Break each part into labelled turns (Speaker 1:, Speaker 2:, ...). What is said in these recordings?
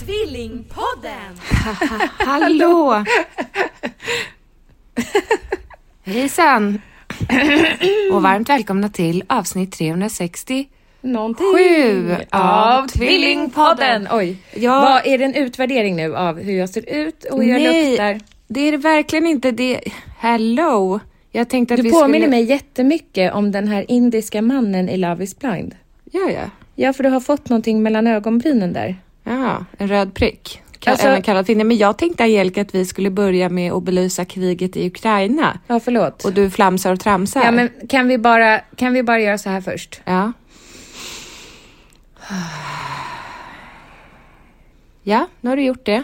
Speaker 1: Tvillingpodden!
Speaker 2: Hallå! Hejsan! Och varmt välkomna till avsnitt 367
Speaker 1: Någonting
Speaker 2: av Tvillingpodden.
Speaker 1: Oj,
Speaker 2: Ja,
Speaker 1: vad är det en utvärdering nu av hur jag ser ut och hur jag
Speaker 2: Nej.
Speaker 1: luktar?
Speaker 2: det är det verkligen inte. Det... Hello! Jag tänkte att
Speaker 1: Du
Speaker 2: vi
Speaker 1: påminner
Speaker 2: skulle...
Speaker 1: mig jättemycket om den här indiska mannen i Love is blind.
Speaker 2: Ja, ja.
Speaker 1: Ja, för du har fått någonting mellan ögonbrynen där.
Speaker 2: Ja, en röd prick. Ka-
Speaker 1: Alltså-
Speaker 2: Även kallad finne. Men jag tänkte Angelica att vi skulle börja med att belysa kriget i Ukraina.
Speaker 1: Ja, förlåt.
Speaker 2: Och du flamsar och tramsar.
Speaker 1: Ja, men kan vi, bara, kan vi bara göra så här först?
Speaker 2: Ja. Ja, nu har du gjort det.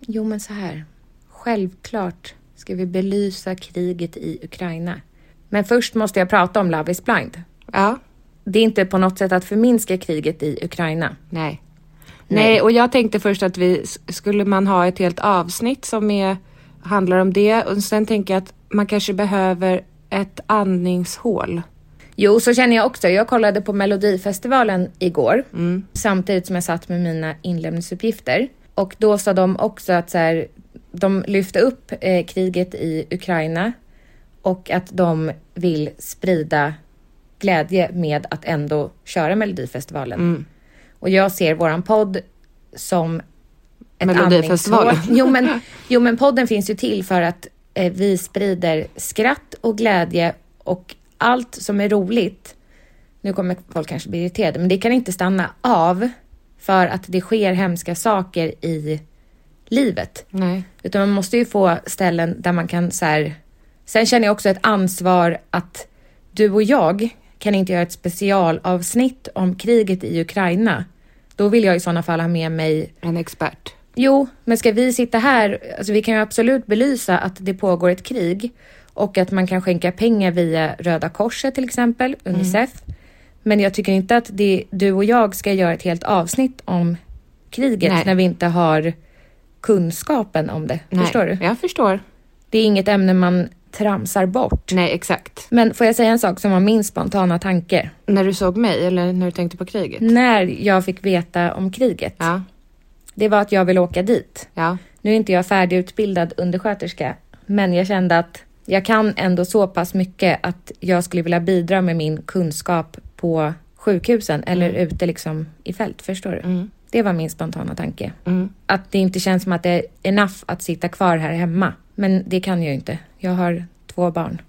Speaker 1: Jo, men så här. Självklart ska vi belysa kriget i Ukraina. Men först måste jag prata om Love is blind.
Speaker 2: Ja.
Speaker 1: Det är inte på något sätt att förminska kriget i Ukraina.
Speaker 2: Nej. Nej, och jag tänkte först att vi s- skulle man ha ett helt avsnitt som är, handlar om det och sen tänker jag att man kanske behöver ett andningshål.
Speaker 1: Jo, så känner jag också. Jag kollade på Melodifestivalen igår samtidigt som jag satt med mina inlämningsuppgifter. Och då sa de också att så här, de lyfte upp eh, kriget i Ukraina och att de vill sprida glädje med att ändå köra Melodifestivalen. Och jag ser våran podd som ett
Speaker 2: Melodifestivalen.
Speaker 1: andningshål. Jo men, jo, men podden finns ju till för att eh, vi sprider skratt och glädje och allt som är roligt. Nu kommer folk kanske bli irriterade, men det kan inte stanna av för att det sker hemska saker i livet.
Speaker 2: Nej.
Speaker 1: Utan man måste ju få ställen där man kan så här... Sen känner jag också ett ansvar att du och jag kan inte göra ett specialavsnitt om kriget i Ukraina. Då vill jag i sådana fall ha med mig...
Speaker 2: En expert.
Speaker 1: Jo, men ska vi sitta här... Alltså vi kan ju absolut belysa att det pågår ett krig och att man kan skänka pengar via Röda Korset till exempel,
Speaker 2: Mm.
Speaker 1: Unicef. Men jag tycker inte att det, du och jag ska göra ett helt avsnitt om kriget
Speaker 2: Nej.
Speaker 1: när vi inte har kunskapen om det.
Speaker 2: Nej.
Speaker 1: Förstår du?
Speaker 2: Jag förstår.
Speaker 1: Det är inget ämne man tramsar bort.
Speaker 2: Nej, exakt.
Speaker 1: Men får jag säga en sak som var min spontana tanke?
Speaker 2: När du såg mig eller när du tänkte på kriget?
Speaker 1: När jag fick veta om kriget,
Speaker 2: Ja,
Speaker 1: det var att jag vill åka dit.
Speaker 2: ja,
Speaker 1: Nu är inte jag färdigutbildad undersköterska, men jag kände att jag kan ändå så pass mycket att jag skulle vilja bidra med min kunskap på sjukhusen eller ute liksom i fält, förstår du?
Speaker 2: Mm,
Speaker 1: Det var min spontana tanke. Att det inte känns som att det är enough att sitta kvar här hemma. Men det kan jag ju inte. Jag har två barn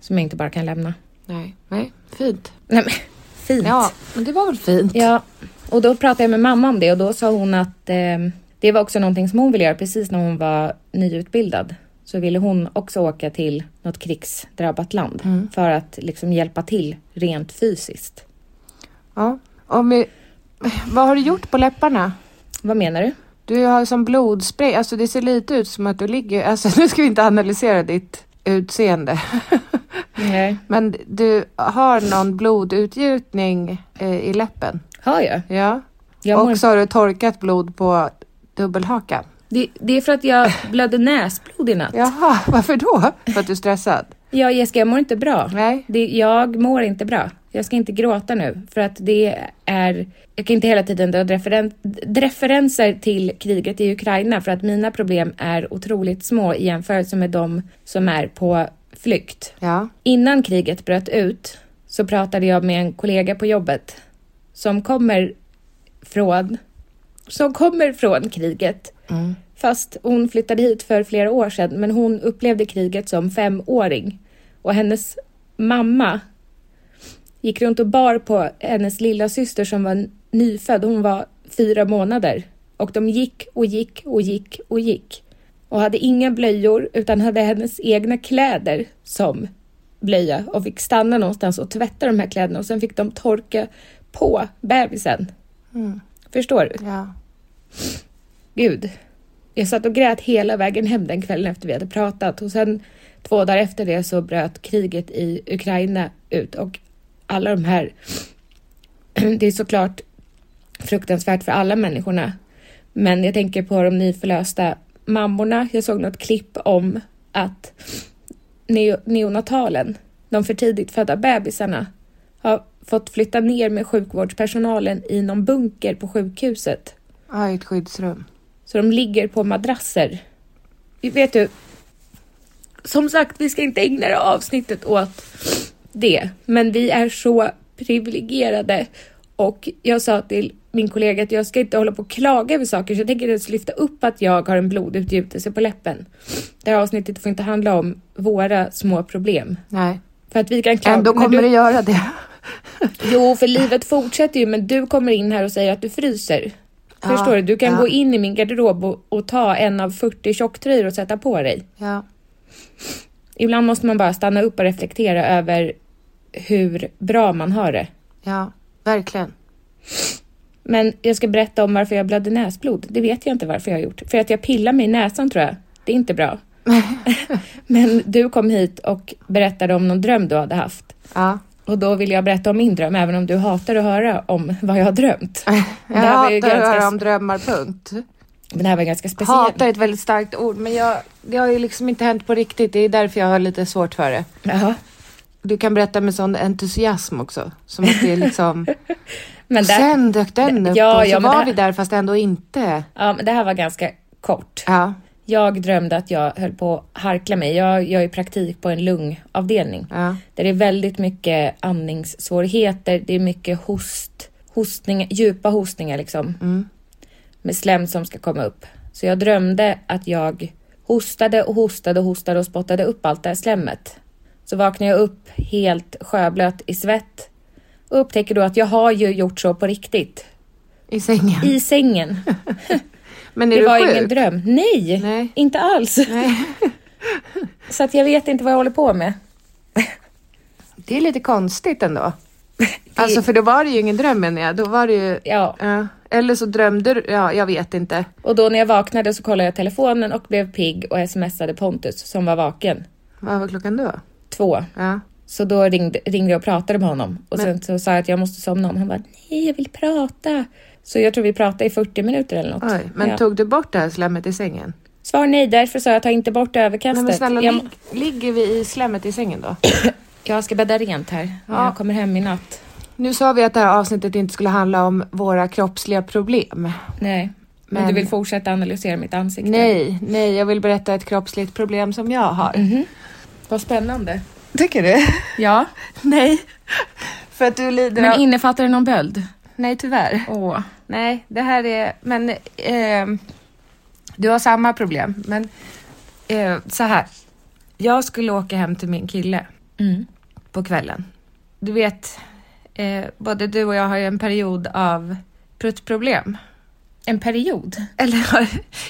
Speaker 1: som jag inte bara kan lämna.
Speaker 2: mm. nej, nej, fint.
Speaker 1: Nej men, fint.
Speaker 2: Ja, men det var väl fint.
Speaker 1: Ja, och då pratade jag med mamma om det och då sa hon att eh, det var också någonting som hon ville göra precis när hon var nyutbildad. Så ville hon också åka till något krigsdrabbat land
Speaker 2: Mm.
Speaker 1: för att liksom hjälpa till rent fysiskt.
Speaker 2: Ja. Om vi, vad har du gjort på läpparna?
Speaker 1: Vad menar du?
Speaker 2: Du har som blodspray, alltså det ser lite ut som att du ligger, alltså nu ska vi inte analysera ditt utseende.
Speaker 1: Nej.
Speaker 2: Men du har någon blodutgjutning eh, i läppen.
Speaker 1: Har jag?
Speaker 2: Ja.
Speaker 1: jag mår,
Speaker 2: Och så har du torkat blod på dubbelhakan.
Speaker 1: det, det är för att jag blödde näsblod i natt.
Speaker 2: Jaha, varför då? För att du är stressad?
Speaker 1: Ja, Jessica, jag mår inte bra.
Speaker 2: Nej.
Speaker 1: Det, jag mår inte bra. Jag ska inte gråta nu för att det är... Jag kan inte hela tiden dra referen, referenser till kriget i Ukraina för att mina problem är otroligt små i jämförelse med de som är på flykt.
Speaker 2: Ja.
Speaker 1: Innan kriget bröt ut så pratade jag med en kollega på jobbet som kommer från som kommer från kriget. Fast hon flyttade hit för flera år sedan, men hon upplevde kriget som femåring. Och hennes mamma gick runt och bar på hennes lilla syster som var nyfödd. Hon var fyra månader. Och de gick och gick och gick och gick. Och hade inga blöjor utan hade hennes egna kläder som blöja och fick stanna någonstans och tvätta de här kläderna och sen fick de torka på bebisen. Förstår du?
Speaker 2: Mm, Ja.
Speaker 1: Gud. Jag satt och grät hela vägen hem den kvällen efter vi hade pratat och sen två dagar efter det så bröt kriget i Ukraina ut och alla de här... Det är såklart fruktansvärt för alla människorna. Men jag tänker på de nyförlösta mammorna. Jag såg något klipp om att neo- neonatalen, de för tidigt födda bebisarna, har fått flytta ner med sjukvårdspersonalen i någon bunker på sjukhuset.
Speaker 2: Ja, i ett skyddsrum.
Speaker 1: Så de ligger på madrasser. Vi Vet du? Som sagt, vi ska inte ägna det här avsnittet åt det, men vi är så privilegierade och jag sa till min kollega att jag ska inte hålla på och klaga över saker, så jag tänker ens lyfta upp att jag har en blodutgjutelse på läppen. Det här avsnittet får inte handla om våra små problem.
Speaker 2: Nej.
Speaker 1: För att vi kan klaga.
Speaker 2: Ändå
Speaker 1: när
Speaker 2: kommer
Speaker 1: du-
Speaker 2: det göra det.
Speaker 1: Jo, för livet fortsätter ju, men du kommer in här och säger att du fryser.
Speaker 2: Ja,
Speaker 1: Förstår du? Du kan
Speaker 2: ja.
Speaker 1: gå in i min garderob och, och ta en av 40 tjocktröjor och sätta på dig.
Speaker 2: Ja.
Speaker 1: Ibland måste man bara stanna upp och reflektera över hur bra man har det.
Speaker 2: Ja, verkligen.
Speaker 1: Men jag ska berätta om varför jag blödde näsblod. Det vet jag inte varför jag har gjort. För att jag pillar mig i näsan tror jag. Det är inte bra. Men du kom hit och berättade om någon dröm du hade haft.
Speaker 2: Ja.
Speaker 1: Och då vill jag berätta om min dröm, även om du hatar att höra om vad jag har drömt.
Speaker 2: Jag
Speaker 1: här var
Speaker 2: hatar
Speaker 1: ju
Speaker 2: att
Speaker 1: ganska
Speaker 2: höra
Speaker 1: s-
Speaker 2: om drömmar, punkt.
Speaker 1: Men det här var ganska speciellt.
Speaker 2: Hatar är ett väldigt starkt ord, men jag, det har ju liksom inte hänt på riktigt. Det är därför jag har lite svårt för det.
Speaker 1: Jaha.
Speaker 2: Du kan berätta med sån entusiasm också. Som att det är liksom...
Speaker 1: Men där,
Speaker 2: Sen dök den upp
Speaker 1: Ja,
Speaker 2: och så
Speaker 1: ja, men
Speaker 2: var
Speaker 1: det här-
Speaker 2: vi där fast ändå inte.
Speaker 1: ja, men det här var ganska kort.
Speaker 2: Ja,
Speaker 1: Jag drömde att jag höll på att harkla mig. Jag gör ju praktik på en lungavdelning.
Speaker 2: ja,
Speaker 1: Där det är väldigt mycket andningssvårigheter. Det är mycket host, hostning, djupa hostningar liksom.
Speaker 2: Mm.
Speaker 1: Med slem som ska komma upp. Så jag drömde att jag hostade och hostade och hostade och spottade upp allt det här slemmet. Så vaknade jag upp helt sjöblöt i svett. Och upptäcker då att jag har ju gjort så på riktigt.
Speaker 2: i sängen.
Speaker 1: I sängen.
Speaker 2: Men är
Speaker 1: Det
Speaker 2: du
Speaker 1: var
Speaker 2: sjuk?
Speaker 1: ingen dröm. Nej,
Speaker 2: Nej.
Speaker 1: inte alls.
Speaker 2: Nej.
Speaker 1: Så att jag vet inte vad jag håller på med.
Speaker 2: Det är lite konstigt ändå. Alltså för då var det ju ingen dröm menar jag. Då var det ju...
Speaker 1: Ja.
Speaker 2: Ja. Eller så drömde du... Ja, jag vet inte.
Speaker 1: Och då när jag vaknade så kollade jag telefonen och blev pigg och smsade Pontus som var vaken.
Speaker 2: Vad var klockan då?
Speaker 1: Två.
Speaker 2: Ja.
Speaker 1: Så då ringde, ringde jag och pratade med honom och sen så sa jag att jag måste somna om. Han bara, nej jag vill prata. Så jag tror vi pratade i 40 minuter eller något.
Speaker 2: Oj, men
Speaker 1: ja.
Speaker 2: tog du bort det här slemmet i sängen?
Speaker 1: Svar nej, därför sa jag ta inte bort
Speaker 2: Nej
Speaker 1: överkastet.
Speaker 2: men snälla,
Speaker 1: jag,
Speaker 2: lig, ligger vi i slemmet i sängen då?
Speaker 1: jag ska bädda rent här när
Speaker 2: Ja.
Speaker 1: jag kommer hem i natt.
Speaker 2: Nu sa vi att det här avsnittet inte skulle handla om våra kroppsliga problem.
Speaker 1: Nej, men,
Speaker 2: Men-
Speaker 1: du vill fortsätta analysera mitt ansikte?
Speaker 2: Nej, nej, jag vill berätta ett kroppsligt problem som jag har.
Speaker 1: Vad spännande.
Speaker 2: Mhm. Tycker du?
Speaker 1: Ja,
Speaker 2: Nej. För att du lider
Speaker 1: men
Speaker 2: av...
Speaker 1: innefattar det någon böld?
Speaker 2: Nej, tyvärr.
Speaker 1: Åh.
Speaker 2: Nej, det här är... Men... ehm, du har samma problem, men... Eh, så här. Jag skulle åka hem till min kille
Speaker 1: Mm.
Speaker 2: på kvällen. Du vet, eh, både du och jag har ju en period av pruttproblem.
Speaker 1: En period?
Speaker 2: Eller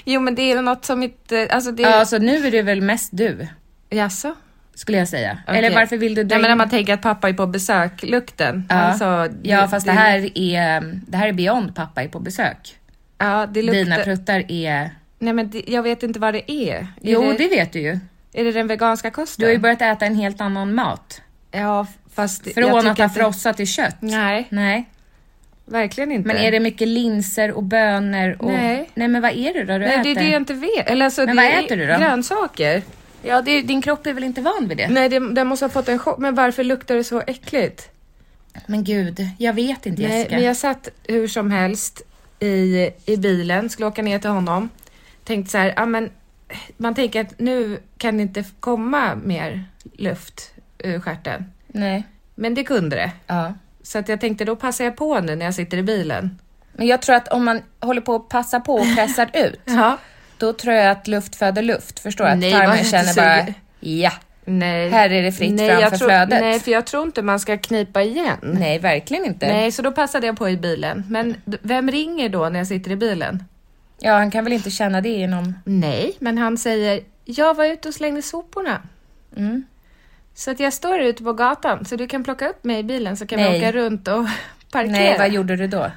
Speaker 2: Jo, men det är något som inte... Alltså det...
Speaker 1: Ja, alltså nu är det väl mest du,
Speaker 2: Jaså?
Speaker 1: skulle jag säga.
Speaker 2: Okej.
Speaker 1: Eller varför vill du dra
Speaker 2: Nej, men när
Speaker 1: in-
Speaker 2: man tänker att pappa är på besök, lukten.
Speaker 1: Ja.
Speaker 2: Alltså,
Speaker 1: Ja, fast det
Speaker 2: det-
Speaker 1: här är, det här är beyond pappa är på besök.
Speaker 2: Ja, det luktar...
Speaker 1: Dina pruttar är...
Speaker 2: Nej, men det, jag vet inte vad det är. är
Speaker 1: Jo,
Speaker 2: det...
Speaker 1: det vet du ju.
Speaker 2: Är det den veganska kosten?
Speaker 1: Du har ju börjat äta en helt annan mat.
Speaker 2: Ja, fast... jag
Speaker 1: Från
Speaker 2: tycker
Speaker 1: att ha
Speaker 2: inte-
Speaker 1: frossat i kött.
Speaker 2: Nej,
Speaker 1: Nej.
Speaker 2: verkligen inte.
Speaker 1: Men är det mycket linser och bönor och...
Speaker 2: Nej.
Speaker 1: Nej, men vad är det då du
Speaker 2: Nej, det
Speaker 1: äter?
Speaker 2: är det jag inte vet. Eller alltså,
Speaker 1: Men
Speaker 2: det
Speaker 1: vad
Speaker 2: är
Speaker 1: äter du då?
Speaker 2: Grönsaker.
Speaker 1: Ja, det, din kropp är väl inte van vid det?
Speaker 2: Nej, det, den måste ha fått en chock. Men varför luktar det så äckligt?
Speaker 1: Men gud, jag vet inte
Speaker 2: Nej,
Speaker 1: Jessica.
Speaker 2: men jag satt hur som helst i, i bilen, skulle åka ner till honom. Tänkte så här, ja men man tänker att nu kan det inte f- komma mer luft ur stjärten.
Speaker 1: Nej.
Speaker 2: Men det kunde det.
Speaker 1: Ja.
Speaker 2: Så att jag tänkte då passar jag på nu när jag sitter i bilen.
Speaker 1: Men jag tror att om man håller på att passa på och pressar ut,
Speaker 2: Ja.
Speaker 1: då tror jag att luft föder luft. Förstår du? Att
Speaker 2: Nej, vad
Speaker 1: tarmen
Speaker 2: jag
Speaker 1: känner
Speaker 2: inte
Speaker 1: bara,
Speaker 2: suger.
Speaker 1: ja,
Speaker 2: Nej.
Speaker 1: här är det fritt
Speaker 2: nej,
Speaker 1: fram
Speaker 2: jag
Speaker 1: för
Speaker 2: tror,
Speaker 1: flödet.
Speaker 2: Nej, för jag tror inte man ska knipa igen.
Speaker 1: Nej, verkligen inte.
Speaker 2: Nej, så då passade jag på i bilen. Men d- vem ringer då när jag sitter i bilen?
Speaker 1: Ja, han kan väl inte känna det genom...
Speaker 2: Nej, men han säger jag var ute och slängde soporna.
Speaker 1: Mm.
Speaker 2: Så att jag står ute på gatan så du kan plocka upp mig i bilen så kan
Speaker 1: Nej.
Speaker 2: vi åka runt och parkera.
Speaker 1: Nej, vad gjorde du då?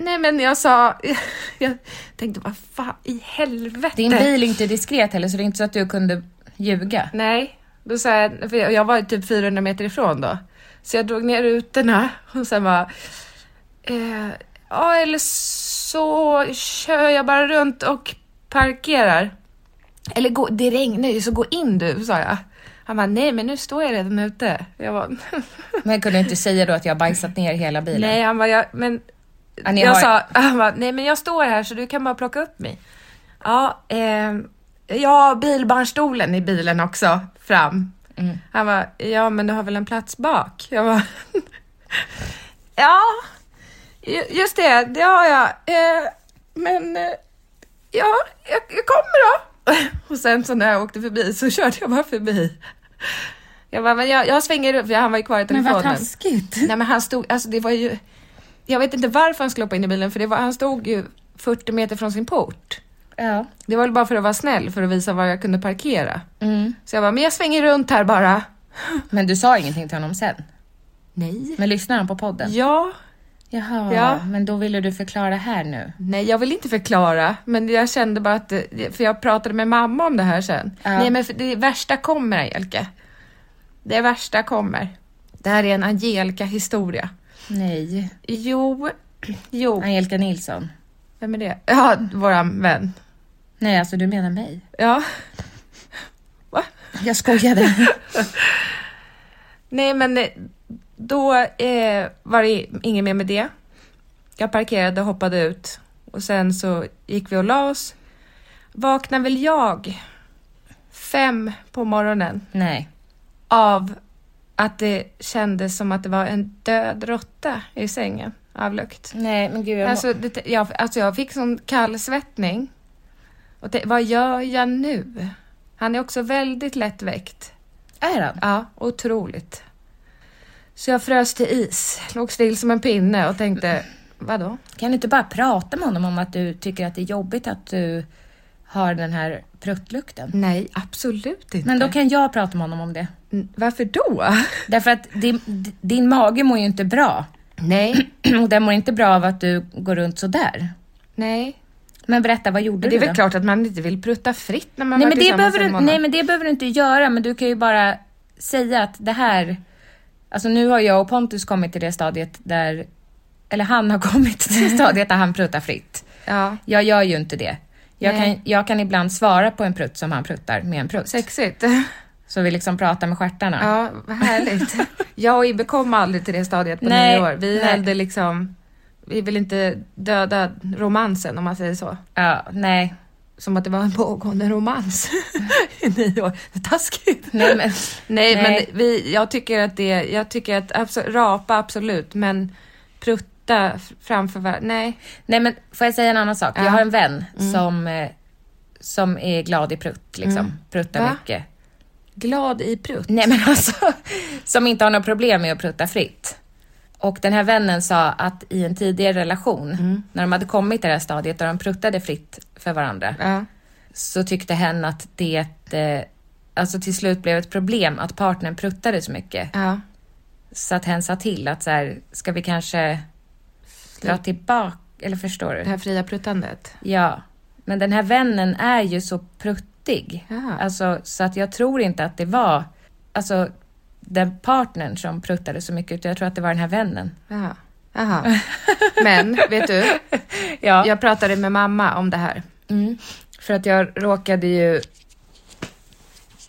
Speaker 2: Nej men jag sa, jag tänkte vad fan i helvete.
Speaker 1: Din bil är inte diskret heller, så det är inte så att du kunde ljuga.
Speaker 2: Nej, då sa jag, för jag jag var ju typ 400 meter ifrån då. Så jag drog ner rutorna och sen bara, eh, ja eller så kör jag bara runt och parkerar. Eller gå, det regnar ju så gå in du, sa jag. Han bara, nej men nu står jag redan ute. Jag bara,
Speaker 1: Men jag kunde inte säga då att jag bajsat ner hela bilen.
Speaker 2: nej han bara, jag, men
Speaker 1: Ja, ni
Speaker 2: jag
Speaker 1: har-
Speaker 2: sa, han bara, nej men jag står här så du kan bara plocka upp mig. Ja, eh, jag har bilbarnstolen i bilen också fram.
Speaker 1: Mm.
Speaker 2: Han bara, ja men du har väl en plats bak? Jag bara, ja, ju- just det, det har jag. Eh, men eh, ja, jag, jag kommer då. Och sen så när jag åkte förbi så körde jag bara förbi. Jag bara, men jag, jag svänger upp, för han var ju kvar i
Speaker 1: Men
Speaker 2: telefonen.
Speaker 1: vad taskigt.
Speaker 2: Nej men han stod, alltså det var ju, jag vet inte varför han skulle hoppa in i bilen för det var, han stod ju 40 meter från sin port.
Speaker 1: Ja.
Speaker 2: Det var väl bara för att vara snäll, för att visa var jag kunde parkera.
Speaker 1: Mm.
Speaker 2: Så jag bara, men jag svänger runt här bara.
Speaker 1: Men du sa ingenting till honom sen?
Speaker 2: Nej.
Speaker 1: Men lyssnar han på podden?
Speaker 2: Ja.
Speaker 1: Jaha,
Speaker 2: Ja.
Speaker 1: men då ville du förklara här nu.
Speaker 2: Nej, jag vill inte förklara, men jag kände bara att, det- för jag pratade med mamma om det här sen.
Speaker 1: Ja.
Speaker 2: Nej, men för det värsta kommer, Angelica. Det värsta kommer. Det här är en Angelica-historia.
Speaker 1: Nej.
Speaker 2: Jo, jo.
Speaker 1: Angelica Nilsson.
Speaker 2: Vem är det? Ja, våran vän.
Speaker 1: Nej, alltså du menar mig.
Speaker 2: Ja.
Speaker 1: Jag skojade.
Speaker 2: Nej, men eh, då eh, var det inget mer med det. Jag parkerade och hoppade ut och sen så gick vi och la oss. Vaknade väl jag fem på morgonen
Speaker 1: Nej.
Speaker 2: av att det kändes som att det var en död råtta i sängen av lukt.
Speaker 1: Nej, men gud. Jag må-
Speaker 2: Alltså, det, jag, alltså jag fick sån kallsvettning. Och det, vad gör jag nu? Han är också väldigt lättväckt.
Speaker 1: är han?
Speaker 2: Ja, otroligt. Så jag frös till is, låg still som en pinne och tänkte, vadå?
Speaker 1: Kan du inte bara prata med honom om att du tycker att det är jobbigt att du har den här pruttlukten?
Speaker 2: Nej, absolut inte.
Speaker 1: Men då kan jag prata med honom om det.
Speaker 2: Mm, Varför då?
Speaker 1: Därför att din, din mage mår ju inte bra.
Speaker 2: Nej.
Speaker 1: Och den mår inte bra av att du går runt sådär.
Speaker 2: Nej.
Speaker 1: Men berätta, vad gjorde
Speaker 2: Men det är
Speaker 1: du
Speaker 2: väl
Speaker 1: då?
Speaker 2: klart att man inte vill prutta fritt när man
Speaker 1: Nej
Speaker 2: varit
Speaker 1: men, det
Speaker 2: tillsammans
Speaker 1: behöver
Speaker 2: en
Speaker 1: du,
Speaker 2: månad.
Speaker 1: nej men det behöver du inte göra, men du kan ju bara säga att det här... Alltså nu har jag och Pontus kommit till det stadiet där... Eller han har kommit till det stadiet där han pruttar fritt.
Speaker 2: Ja.
Speaker 1: Jag gör ju inte det. Jag
Speaker 2: Nej.
Speaker 1: kan, jag kan ibland svara på en prutt som han pruttar med en prutt.
Speaker 2: Sexigt.
Speaker 1: Så vi liksom pratar med stjärtarna.
Speaker 2: Ja, vad härligt. Jag och Ibbe kom aldrig till det stadiet på
Speaker 1: Nej,
Speaker 2: nio år. Vi
Speaker 1: nej.
Speaker 2: höll det liksom, vi vill inte döda romansen om man säger så.
Speaker 1: Ja, nej.
Speaker 2: Som att det var en pågående romans i nio år. Taskigt.
Speaker 1: nej men,
Speaker 2: Nej,
Speaker 1: Nej.
Speaker 2: men vi, jag tycker att det, jag tycker att absolut, rapa absolut, men prutta f- framför varandra, nej.
Speaker 1: nej men får jag säga en annan sak?
Speaker 2: Ja. Mm.
Speaker 1: Jag har en vän som, eh, som är glad i prutt, liksom. Pruttar
Speaker 2: Mm. Va?
Speaker 1: mycket.
Speaker 2: Glad i prutt.
Speaker 1: Nej men alltså, som inte har några problem med att prutta fritt. Och den här vännen sa att i en tidigare relation,
Speaker 2: Mm.
Speaker 1: när de hade kommit till det här stadiet där de pruttade fritt för varandra,
Speaker 2: Ja.
Speaker 1: så tyckte hen att det eh, alltså till slut blev ett problem att partnern pruttade så mycket.
Speaker 2: ja.
Speaker 1: Så att hen sa till att så här, ska vi kanske dra tillbaka, eller förstår
Speaker 2: Det
Speaker 1: du?
Speaker 2: här fria pruttandet.
Speaker 1: Ja. Men den här vännen är ju så pruttig.
Speaker 2: Ja.
Speaker 1: Alltså, så att jag tror inte att det var alltså, den partnern som pruttade så mycket, utan jag tror att det var den här vännen.
Speaker 2: Ja. Aha. Men, vet du?
Speaker 1: Ja.
Speaker 2: Jag pratade med mamma om det här.
Speaker 1: Mm.
Speaker 2: För att jag råkade ju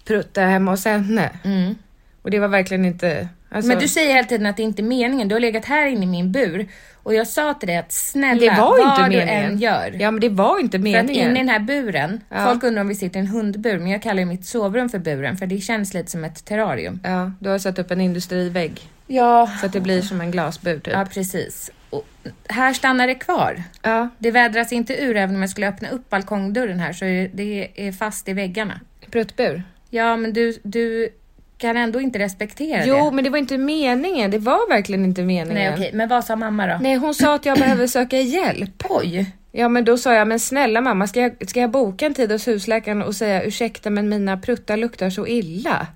Speaker 2: prutta hemma hos henne.
Speaker 1: Mm.
Speaker 2: Och det var verkligen inte... Alltså,
Speaker 1: Men du säger hela tiden att det inte är meningen. Du har legat här inne i min bur och jag sa till dig att snälla,
Speaker 2: det var ju
Speaker 1: vad
Speaker 2: inte
Speaker 1: du
Speaker 2: meningen.
Speaker 1: än gör.
Speaker 2: Ja, men det var ju
Speaker 1: För
Speaker 2: inte
Speaker 1: att
Speaker 2: meningen.
Speaker 1: inne i den här buren,
Speaker 2: Ja.
Speaker 1: folk undrar om vi sitter i en hundbur, men jag kallar ju mitt sovrum för buren för det känns lite som ett terrarium.
Speaker 2: Ja, du har satt upp en industrivägg.
Speaker 1: Ja,
Speaker 2: Så att det blir som en glasbur typ.
Speaker 1: ja precis. och här stannar det kvar.
Speaker 2: Ja.
Speaker 1: Det vädras inte ur även om jag skulle öppna upp balkongdörren här så är det är fast i väggarna.
Speaker 2: Pruttbur.
Speaker 1: Ja, men du, du kan ändå inte respektera det.
Speaker 2: Jo, men det var inte meningen. Det var verkligen inte meningen.
Speaker 1: Nej, okej. Men vad sa mamma då?
Speaker 2: Nej, hon sa att jag behöver söka hjälp.
Speaker 1: Oj!
Speaker 2: Ja, men då sa jag, men snälla mamma, ska jag, ska jag boka en tid hos husläkaren och säga ursäkta, men mina pruttar luktar så illa?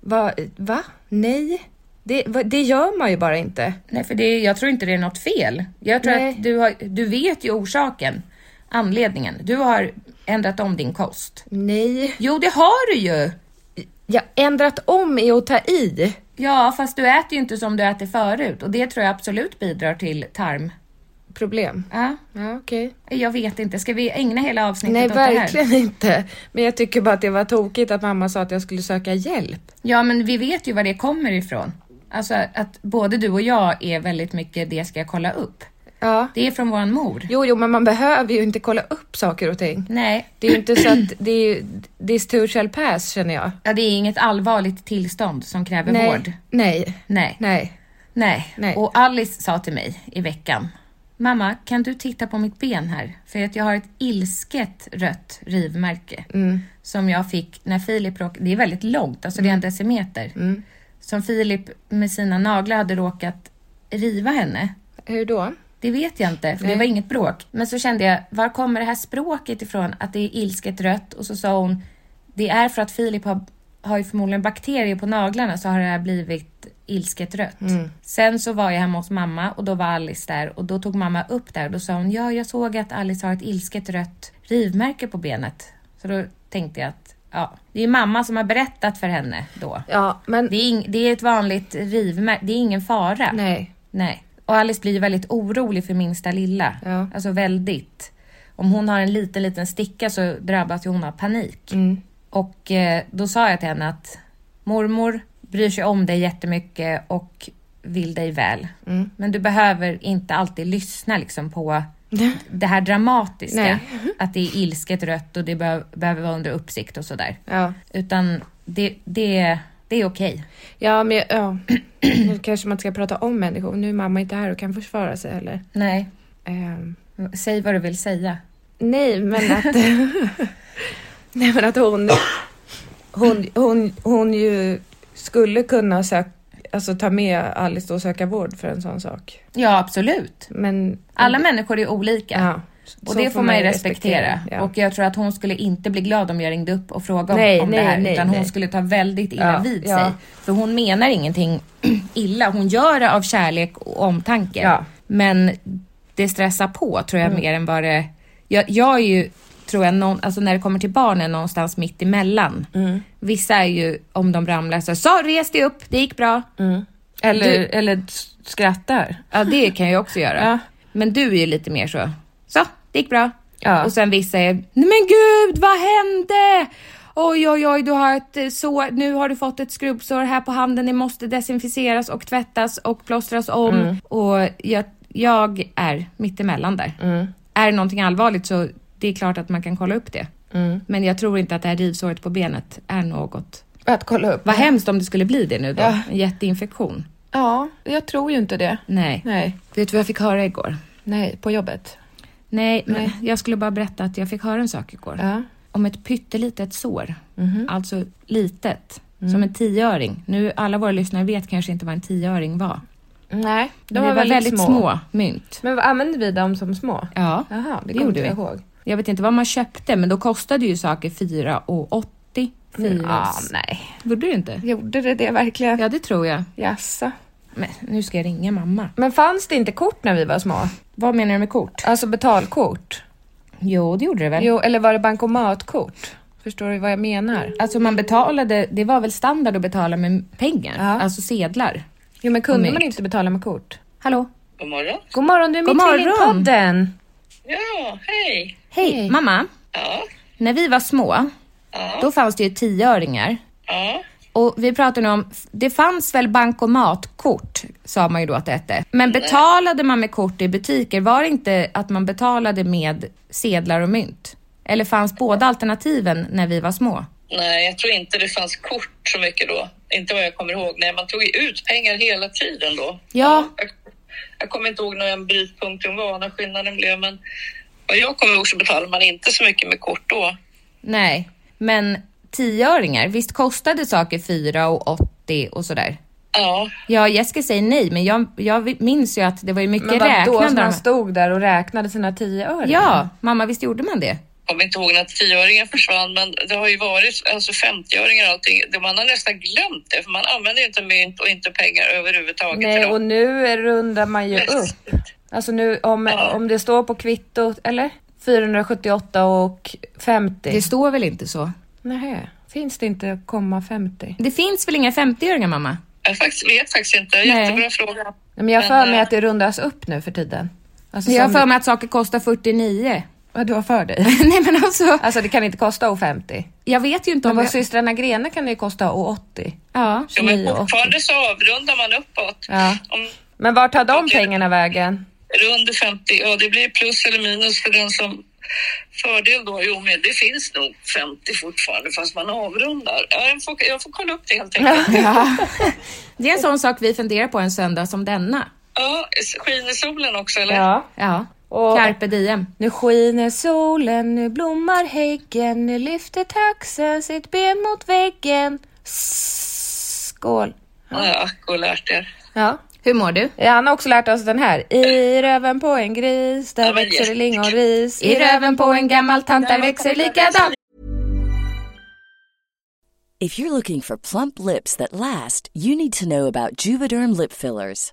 Speaker 2: Va? va? Nej, det, va, det gör man ju bara inte.
Speaker 1: Nej, för det, jag tror inte det är något fel. Jag tror
Speaker 2: Nej.
Speaker 1: att du, har, du vet ju orsaken, anledningen. Du har ändrat om din kost.
Speaker 2: Nej.
Speaker 1: Jo, det har du ju!
Speaker 2: Jag ändrat om i att ta i.
Speaker 1: Ja, fast du äter ju inte som du äter förut och det tror jag absolut bidrar till tarm.
Speaker 2: Problem.
Speaker 1: Ja,
Speaker 2: Ja, okej.
Speaker 1: jag vet inte, ska vi ägna hela avsnittet
Speaker 2: Nej,
Speaker 1: åt det här?
Speaker 2: verkligen inte. Men jag tycker bara att det var tokigt att mamma sa att jag skulle söka hjälp.
Speaker 1: Ja, men vi vet ju var det kommer ifrån. Alltså att både du och jag är väldigt mycket det ska jag kolla upp.
Speaker 2: Ja.
Speaker 1: Det är från våran mor.
Speaker 2: Jo, jo, men man behöver ju inte kolla upp saker och ting.
Speaker 1: Nej,
Speaker 2: Det är ju inte så att det är ju, this too shall pass känner jag.
Speaker 1: ja, det är inget allvarligt tillstånd som kräver vård.
Speaker 2: nej,
Speaker 1: Nej.
Speaker 2: nej.
Speaker 1: Nej.
Speaker 2: Nej.
Speaker 1: Och Alice sa till mig i veckan, mamma kan du titta på mitt ben här? För att jag har ett ilsket rött rivmärke som jag fick när Filip råkade, det är väldigt långt, alltså det är en decimeter. Som Filip med sina naglar hade råkat riva henne.
Speaker 2: Hur då?
Speaker 1: Det vet jag inte, för det
Speaker 2: Nej.
Speaker 1: var inget bråk. Men så kände jag, var kommer det här språket ifrån? Att det är ilsket rött? Och så sa hon, det är för att Filip har, har ju förmodligen bakterier på naglarna så har det här blivit ilsket rött.
Speaker 2: Mm.
Speaker 1: Sen så var jag hemma hos mamma och då var Alice där och då tog mamma upp där och då sa hon, ja jag såg att Alice har ett ilsket rött rivmärke på benet. Så då tänkte jag att, ja, det är mamma som har berättat för henne då.
Speaker 2: Ja, men
Speaker 1: Det är, ing, det är ett vanligt rivmärke, det är ingen fara.
Speaker 2: nej.
Speaker 1: Nej. Och Alice blir ju väldigt orolig för minsta lilla.
Speaker 2: Ja.
Speaker 1: Alltså väldigt. Om hon har en liten, liten sticka så drabbas ju hon av panik. Och eh, då sa jag till henne att mormor bryr sig om dig jättemycket och vill dig väl. Men du behöver inte alltid lyssna liksom på det här dramatiska.
Speaker 2: Nej.
Speaker 1: Att det är ilsket rött och det behö- behöver vara under uppsikt och sådär.
Speaker 2: Ja,
Speaker 1: Utan det, det, det är okej.
Speaker 2: ja men ja. nu kanske man inte ska prata om människor. Nu är mamma inte här och kan försvara sig heller.
Speaker 1: Nej,
Speaker 2: Ehm,
Speaker 1: säg vad du vill säga.
Speaker 2: nej, men att... nej, men att hon, hon, hon, hon ju skulle kunna sök, alltså, ta med Alice och söka vård för en sån sak.
Speaker 1: Ja, absolut.
Speaker 2: Men...
Speaker 1: Alla människor är olika.
Speaker 2: Ja.
Speaker 1: Och
Speaker 2: så
Speaker 1: det får man ju respektera.
Speaker 2: ja.
Speaker 1: Och jag tror att hon skulle inte bli glad om jag ringde upp och frågade om,
Speaker 2: Nej,
Speaker 1: om det
Speaker 2: nej,
Speaker 1: här.
Speaker 2: nej,
Speaker 1: utan hon
Speaker 2: nej.
Speaker 1: skulle ta väldigt illa
Speaker 2: Ja,
Speaker 1: vid
Speaker 2: ja.
Speaker 1: sig. För hon menar ingenting illa. Hon gör det av kärlek och omtanke.
Speaker 2: Ja. Mm.
Speaker 1: Men det stressar på tror jag mer än vad det... Jag, jag är ju, tror jag, någon, alltså när det kommer till barnen någonstans mitt emellan.
Speaker 2: Mm.
Speaker 1: Vissa är ju, om de ramlar, så sa res dig upp, det gick bra.
Speaker 2: Eller,
Speaker 1: Du-
Speaker 2: eller s- skrattar.
Speaker 1: Ja, det kan jag också göra.
Speaker 2: Ja.
Speaker 1: Men du är ju lite mer så, så, det gick bra.
Speaker 2: Ja.
Speaker 1: Och sen vissa är, nej men gud, vad hände? Oj, oj, oj, du har ett eh, sår, nu har du fått ett skrubbsår här på handen, det måste desinficeras och tvättas och plåstras om.
Speaker 2: Mm.
Speaker 1: Och jag, jag är mittemellan där.
Speaker 2: Mm.
Speaker 1: Är det någonting allvarligt så det är klart att man kan kolla upp det.
Speaker 2: mm.
Speaker 1: Men jag tror inte att det här rivsåret på benet är något.
Speaker 2: Att kolla upp.
Speaker 1: Vad hemskt om det skulle bli det nu då,
Speaker 2: Ja.
Speaker 1: en jätteinfektion.
Speaker 2: Ja, jag tror ju inte det.
Speaker 1: Nej.
Speaker 2: Nej,
Speaker 1: Vet du vad jag fick höra igår?
Speaker 2: nej, på jobbet.
Speaker 1: Nej, men jag skulle bara berätta att jag fick höra en sak igår.
Speaker 2: Ja.
Speaker 1: Om ett pyttelitet sår. Alltså litet. Som en tioöring. Nu, alla våra lyssnare vet kanske inte vad en tioöring var.
Speaker 2: Nej, de
Speaker 1: Det
Speaker 2: var, väldigt, små.
Speaker 1: mynt.
Speaker 2: Men vad använde vi dem som små?
Speaker 1: Ja,
Speaker 2: Jaha,
Speaker 1: det
Speaker 2: det, kommer
Speaker 1: gjorde
Speaker 2: inte
Speaker 1: vi.
Speaker 2: jag ihåg.
Speaker 1: Jag vet inte vad man köpte, men då kostade ju saker 4 och 80. Fyra.
Speaker 2: Ja, nej.
Speaker 1: Gjorde det inte?
Speaker 2: Gjorde det det verkligen?
Speaker 1: Ja, det tror jag.
Speaker 2: Jaså.
Speaker 1: Men nu ska jag ringa mamma.
Speaker 2: Men fanns det inte kort när vi var små?
Speaker 1: Vad menar du med kort?
Speaker 2: Alltså betalkort?
Speaker 1: Jo, det gjorde det väl?
Speaker 2: Jo, eller var det bankomatkort? Förstår du vad jag menar?
Speaker 1: Alltså man betalade, det var väl standard att betala med pengar?
Speaker 2: Ja.
Speaker 1: Alltså sedlar?
Speaker 2: Jo, men kunde
Speaker 1: Mynt.
Speaker 2: man inte betala med kort?
Speaker 1: Hallå?
Speaker 3: God morgon.
Speaker 2: God morgon, du är
Speaker 1: God
Speaker 2: mitt i
Speaker 1: morgon.
Speaker 2: podden!
Speaker 3: Ja, hej.
Speaker 1: Hej, mamma.
Speaker 3: Ja,
Speaker 1: När vi var små, då fanns det ju tioöringar.
Speaker 3: ja,
Speaker 1: Och vi pratar nu om, det fanns väl bankomatkort, sa man ju då att det hette.
Speaker 2: Mm.
Speaker 1: Men betalade man med kort i butiker, var det inte att man betalade med sedlar och mynt? Eller fanns båda alternativen när vi var små?
Speaker 3: nej, jag tror inte det fanns kort så mycket då. Inte vad jag kommer ihåg. Nej, man tog ju ut pengar hela tiden då.
Speaker 1: Ja.
Speaker 3: Jag- Jag kommer inte ihåg när den brytpunkten var, när skillnaden blev, men vad jag kommer ihåg så betalade man inte så mycket med kort då.
Speaker 1: Nej, men tioöringar, visst kostade saker 4 och 80 och sådär?
Speaker 3: Ja,
Speaker 1: Ja, Jessica säger nej, men jag, jag minns ju att det var ju mycket
Speaker 2: Men vadå, som
Speaker 1: räknande.
Speaker 2: man stod där och räknade sina tioöringar?
Speaker 1: Ja, mamma, visst gjorde man det?
Speaker 3: kommer inte ihåg när tioöringen försvann, men det har ju varit alltså 50-öringar och allting. Det- Man har nästan glömt det, för man använder ju inte mynt och inte pengar överhuvudtaget.
Speaker 2: Nej,
Speaker 3: idag.
Speaker 2: och nu rundar man ju
Speaker 3: Yes.
Speaker 2: upp. Alltså nu om,
Speaker 3: Ja.
Speaker 2: om det står på kvittot, eller? 478 och 50.
Speaker 1: Det står väl inte så?
Speaker 2: Nej, finns det inte komma 50?
Speaker 1: Det finns väl inga 50-öringar, mamma?
Speaker 3: Jag faktiskt, vet faktiskt inte. Jättebra fråga.
Speaker 2: Nej, Men jag har för
Speaker 3: Men,
Speaker 2: mig
Speaker 3: eh,
Speaker 2: att det rundas upp nu för tiden. Alltså,
Speaker 1: Jag har
Speaker 2: som-
Speaker 1: för mig att saker kostar 49.
Speaker 2: Vad du har för dig?
Speaker 1: nej, men alltså,
Speaker 2: Alltså det kan inte kosta och 50.
Speaker 1: jag vet ju inte
Speaker 2: Men
Speaker 1: om...
Speaker 2: vad
Speaker 1: jag-
Speaker 2: systrarna Grene kan det ju kosta och 80.
Speaker 1: Ja.
Speaker 3: Ja, men
Speaker 2: 29,80.
Speaker 3: fortfarande så avrundar man uppåt.
Speaker 2: Ja.
Speaker 3: Om
Speaker 2: Men var tar de
Speaker 3: Okej.
Speaker 2: pengarna vägen?
Speaker 3: Runder 50, ja det blir plus eller minus för den som fördel då. Jo men det finns nog 50 fortfarande fast man avrundar. Ja, jag, får, jag får kolla upp det helt enkelt. Ja,
Speaker 1: Det är en sån sak vi funderar på en söndag som denna.
Speaker 3: skiner solen också eller?
Speaker 2: Ja.
Speaker 1: Ja,
Speaker 2: Och-
Speaker 1: carpe diem.
Speaker 2: Nu skiner solen, nu blommar häggen, nu lyfter taxen sitt ben mot väggen. Skål!
Speaker 3: Ja, gå och lärt er.
Speaker 2: Ja.
Speaker 1: Hur mår du?
Speaker 2: Ja, Han har också lärt oss den här. I röven på en gris, där
Speaker 3: Ja, men
Speaker 2: växer det
Speaker 3: yes.
Speaker 2: lingonris.
Speaker 1: I röven på en gammal tant, där växer likadant.
Speaker 4: If you're looking for plump lips that last, you need to know about Juvederm lip fillers.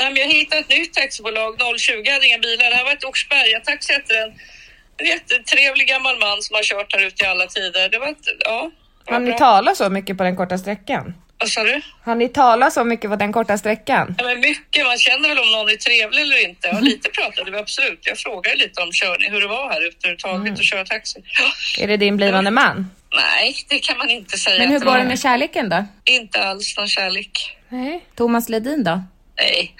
Speaker 3: Nej, men jag hittade ett nytt taxibolag, 020, jag hade inga bilar. Det här var ett Oxberga taxi hette den. En jättetrevlig gammal man som har kört här ute i alla tider. Det var ett, ja. det var
Speaker 2: Han ni
Speaker 3: bra.
Speaker 2: tala så mycket på den korta sträckan?
Speaker 3: Vad sa du?
Speaker 2: Han ni tala så mycket på den korta sträckan?
Speaker 3: Ja, men mycket. Man känner väl om någon är trevlig eller inte. Och lite pratade vi absolut. Jag frågade lite om körning, hur det var här ute överhuvudtaget
Speaker 1: Mm.
Speaker 3: att köra taxi. Ja.
Speaker 2: Är det din blivande man?
Speaker 3: Nej, det kan man inte säga.
Speaker 1: Men hur
Speaker 3: att
Speaker 1: var
Speaker 3: var.
Speaker 1: det med kärleken då?
Speaker 3: Inte alls någon kärlek.
Speaker 2: Nej.
Speaker 1: Thomas Ledin då?
Speaker 3: Nej,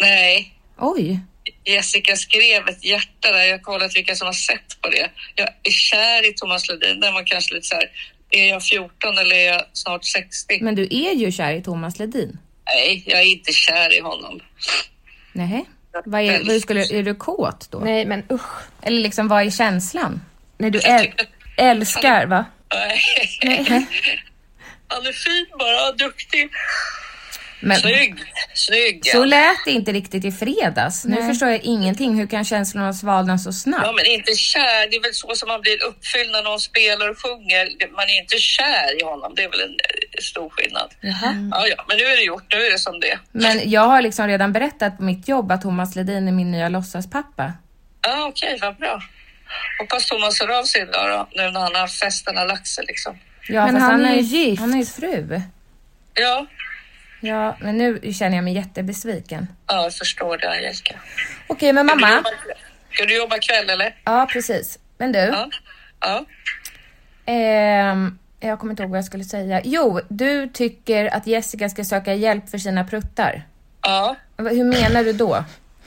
Speaker 3: nej.
Speaker 1: Oj.
Speaker 3: Jessica skrev ett hjärta där. Jag har kollat vilka som har sett på det. Jag är kär i Thomas Ledin. Den var kanske lite så här. Är jag 14 eller är jag snart 60?
Speaker 1: Men du är ju kär i Thomas Ledin.
Speaker 3: Nej, jag är inte kär i honom.
Speaker 1: Nej. Vad är, vad skulle, är du kåt då?
Speaker 2: Nej men usch.
Speaker 1: Eller liksom, vad är känslan?
Speaker 2: Nej du äl- älskar va?
Speaker 3: Nej. Han är fin bara, duktig.
Speaker 1: Men
Speaker 3: Snygg! Snygg!
Speaker 1: så lät det inte riktigt i fredags. Nu förstår jag ingenting. Hur kan känslorna svalna så snabbt?
Speaker 3: Ja, men inte kär. Det är väl så som man blir uppfylld när någon spelar och sjunger. Man är inte kär i honom. Det är väl en eh, stor skillnad. Ja, ja, men nu är det gjort. Nu är det som det är.
Speaker 1: Men jag har liksom redan berättat på mitt jobb att Thomas Ledin är min nya låtsaspappa.
Speaker 3: Ja, okej, vad bra. Hoppas Thomas hör av sig idag då, nu när han har festen har lagt sig liksom.
Speaker 1: Ja,
Speaker 2: Men
Speaker 1: fast
Speaker 2: han är ju
Speaker 1: ju-
Speaker 2: gift.
Speaker 1: Han är ju fru.
Speaker 3: Ja,
Speaker 1: Ja, men nu känner jag mig jättebesviken.
Speaker 3: ja jag förstår det Angelica.
Speaker 1: Okej, men
Speaker 3: Ska du
Speaker 1: mamma.
Speaker 3: jobba kväll? Ska du jobba kväll eller?
Speaker 1: Ja, precis. Men du.
Speaker 3: Ja. ja.
Speaker 1: Ehm, jag kommer inte ihåg vad jag skulle säga. Jo, du tycker att Jessica ska söka hjälp för sina pruttar.
Speaker 3: ja.
Speaker 1: Va- Hur menar du då?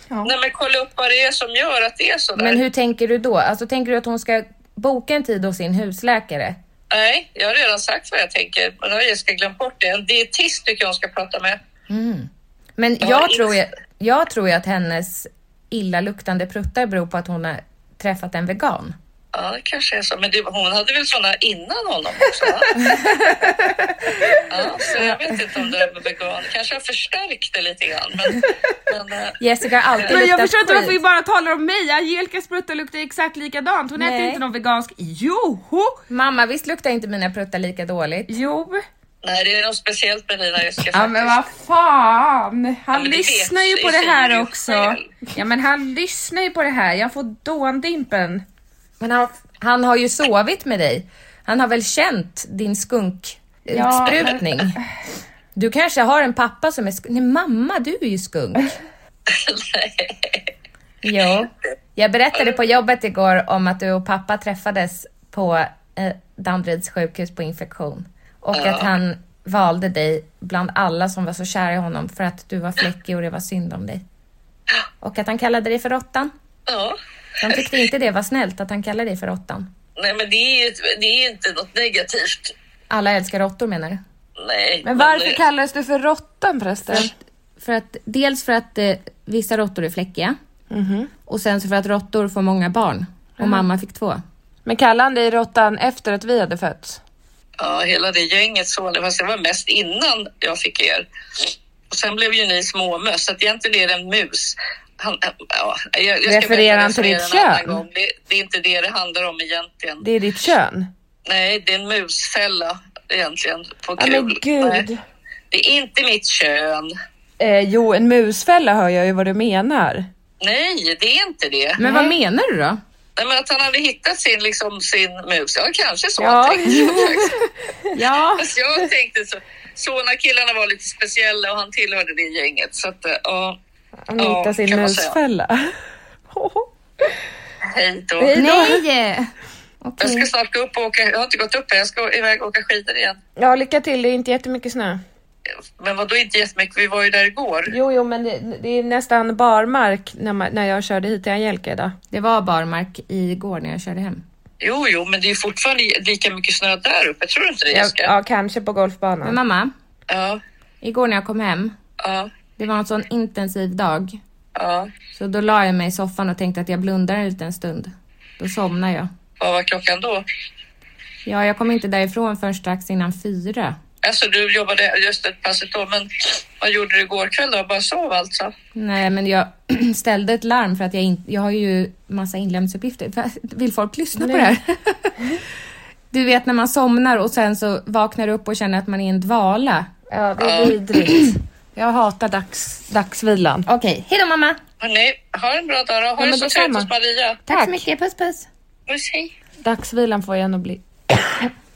Speaker 3: Nej men kolla upp vad det är som gör att det är så där.
Speaker 1: Men hur tänker du då? Alltså, tänker du att hon ska boka en tid hos sin husläkare?
Speaker 3: Nej, jag har redan sagt vad jag tänker. Men nu har Jessica glömt bort det. En dietist tycker jag hon ska prata med.
Speaker 1: Men
Speaker 3: Ja,
Speaker 1: jag
Speaker 3: inte-
Speaker 1: tror ju, jag tror ju att hennes illaluktande pruttar beror på att hon har träffat en vegan.
Speaker 3: Ja, det kanske är så. Men det, hon hade väl såna innan honom också? Va? ja, så jag vet inte om det där med vegan kanske har förstärkt det lite grann. Men, men, eh,
Speaker 1: Jessica har alltid
Speaker 2: Men jag
Speaker 1: luktat
Speaker 2: förstår inte varför vi
Speaker 1: skit.
Speaker 2: bara talar om mig. Angelicas prutta luktar exakt likadant. Hon äter
Speaker 1: Nej.
Speaker 2: inte någon vegansk. Joho!
Speaker 1: Mamma, visst luktar inte mina pruttar lika dåligt?
Speaker 2: Jo.
Speaker 3: nej, det är något speciellt med Lina Jessica
Speaker 2: Ja men vad fan. Han
Speaker 3: men det
Speaker 2: lyssnar ju
Speaker 3: vet
Speaker 2: på det
Speaker 3: Lisa
Speaker 2: här
Speaker 3: ju
Speaker 2: också.
Speaker 3: själv.
Speaker 2: Ja men han lyssnar ju på det här. Jag får dåndimpen.
Speaker 1: Men han, han har ju sovit med dig. Han har väl känt din
Speaker 2: Ja,
Speaker 1: skunksprutning? Du kanske har en pappa som är skunk? Nej, mamma, du är ju skunk. jo. Jag berättade på jobbet igår om att du och pappa träffades på eh, Danderyds sjukhus på infektion. Och att han valde dig bland alla som var så kära i honom för att du var fläckig och det var synd om dig. Och att han kallade dig för råttan.
Speaker 3: Ja.
Speaker 1: De tyckte inte det var snällt att han kallade dig för råttan.
Speaker 3: Nej, men det är ju ett- det är inte något negativt.
Speaker 1: Alla älskar råttor menar du?
Speaker 3: Nej.
Speaker 2: Men varför
Speaker 3: eh,
Speaker 2: kallades du för råttan förresten?
Speaker 1: För att, dels för att eh, vissa råttor är fläckiga
Speaker 2: Mhm.
Speaker 1: och sen så för att råttor får många barn och mamma fick två.
Speaker 2: Men kallade han dig råttan efter att vi hade fötts?
Speaker 3: Ja, hela det gänget så det. Fast det var mest innan jag fick er. Och sen blev ju ni småmöss, så att egentligen är det en mus. Han, ja, jag, jag ska
Speaker 2: Refererar
Speaker 3: berätta
Speaker 2: han till
Speaker 3: för er
Speaker 2: ditt
Speaker 3: en annan
Speaker 2: kön?
Speaker 3: gång. Det, det är inte det det handlar om egentligen.
Speaker 2: Det är ditt kön.
Speaker 3: Nej, det är en musfälla egentligen. På
Speaker 2: Ja,
Speaker 3: kul.
Speaker 2: men gud.
Speaker 3: Nej, det är inte mitt kön.
Speaker 2: Eh, jo, en musfälla hör jag ju vad du menar.
Speaker 3: Nej, det är inte det.
Speaker 1: Men vad menar du då?
Speaker 3: Nej, men att han hade hittat sin, liksom, sin mus. Ja, kanske så. han tänkte.
Speaker 2: Ja.
Speaker 3: Fast jag tänkte så. Såna killarna var lite speciella och han tillhörde det gänget. Så att, eh, ja.
Speaker 2: Han
Speaker 3: Ja,
Speaker 2: hittar sin
Speaker 3: kan man säga.
Speaker 2: musfälla.
Speaker 3: Hej då.
Speaker 1: Nej!
Speaker 3: Jag ska snart gå upp och åka. Jag har inte gått upp än. Jag ska iväg och åka skidor igen.
Speaker 2: Ja, lycka till. Det är inte jättemycket snö.
Speaker 3: Men vadå inte jättemycket? Vi var ju där igår.
Speaker 2: Jo, jo, men det, det är nästan barmark när, man, när jag körde hit till Angelica idag.
Speaker 1: Det var barmark igår när jag körde hem.
Speaker 3: Jo, jo, men det är fortfarande lika mycket snö där uppe. Tror du inte det,
Speaker 2: Ja,
Speaker 3: Jessica?
Speaker 2: ja, kanske på
Speaker 1: Men
Speaker 2: golfbanan.
Speaker 1: mamma,
Speaker 3: Ja,
Speaker 1: igår när jag kom hem,
Speaker 3: ja,
Speaker 1: det var en sån intensiv dag
Speaker 3: ja.
Speaker 1: så då la jag mig i soffan och tänkte att jag blundar en liten stund. Då somnar jag.
Speaker 3: Vad var klockan då?
Speaker 1: Ja, jag kom inte därifrån förrän strax innan fyra.
Speaker 3: Alltså, du jobbade just ett passet då, men vad gjorde du igår kväll då? Bara sov alltså?
Speaker 1: Nej, men jag ställde ett larm för att jag, in, jag har ju massa inlämningsuppgifter. Va- Vill folk lyssna på det här? Du vet när man somnar och sen så vaknar upp och känner att man är i en dvala.
Speaker 2: Ja, det är vidrigt. Jag hatar dags, dagsvilan.
Speaker 1: Okej, hejdå mamma!
Speaker 3: Hörrni, ha en bra dag då. Ha
Speaker 2: men
Speaker 3: det så
Speaker 2: detsamma.
Speaker 3: trevligt hos Maria.
Speaker 1: Tack, så mycket, puss puss!
Speaker 3: Puss, hej.
Speaker 2: Dagsvilan får jag nog bli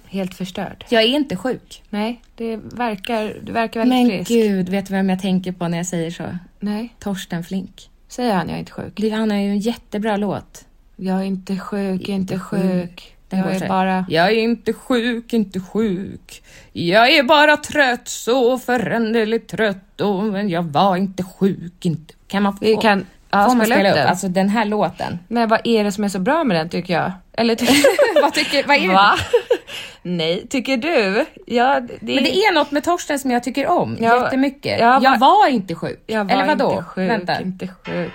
Speaker 2: helt förstörd.
Speaker 1: Jag är inte sjuk.
Speaker 2: Nej, det verkar, du verkar väldigt
Speaker 1: Men
Speaker 2: frisk.
Speaker 1: gud, vet du vem jag tänker på när jag säger så?
Speaker 2: Nej,
Speaker 1: Torsten Flink.
Speaker 2: säger han jag är inte sjuk.
Speaker 1: Du, han har ju en jättebra låt.
Speaker 2: Jag är inte sjuk, jag är inte sjuk.
Speaker 1: Den går
Speaker 2: Jag
Speaker 1: så
Speaker 2: är
Speaker 1: här.
Speaker 2: bara...
Speaker 1: Jag är inte sjuk, inte sjuk. Jag är bara trött, så föränderligt trött. Och, men jag var inte sjuk, inte... Kan man få...
Speaker 2: Vi kan- ja,
Speaker 1: får man
Speaker 2: spela
Speaker 1: spela
Speaker 2: upp
Speaker 1: upp,
Speaker 2: den?
Speaker 1: Alltså den här låten.
Speaker 2: Men vad är det som är så bra med den tycker jag? Eller ty-
Speaker 1: vad tycker... Vad är det?
Speaker 2: Va? Nej, tycker du? Ja, det,
Speaker 1: Men det är något med Torsten som jag tycker om
Speaker 2: Jag-
Speaker 1: jättemycket.
Speaker 2: jag var-
Speaker 1: Jag, var inte sjuk.
Speaker 2: Jag var
Speaker 1: Eller vadå?
Speaker 2: inte sjuk,
Speaker 1: Vänta.
Speaker 2: inte sjuk.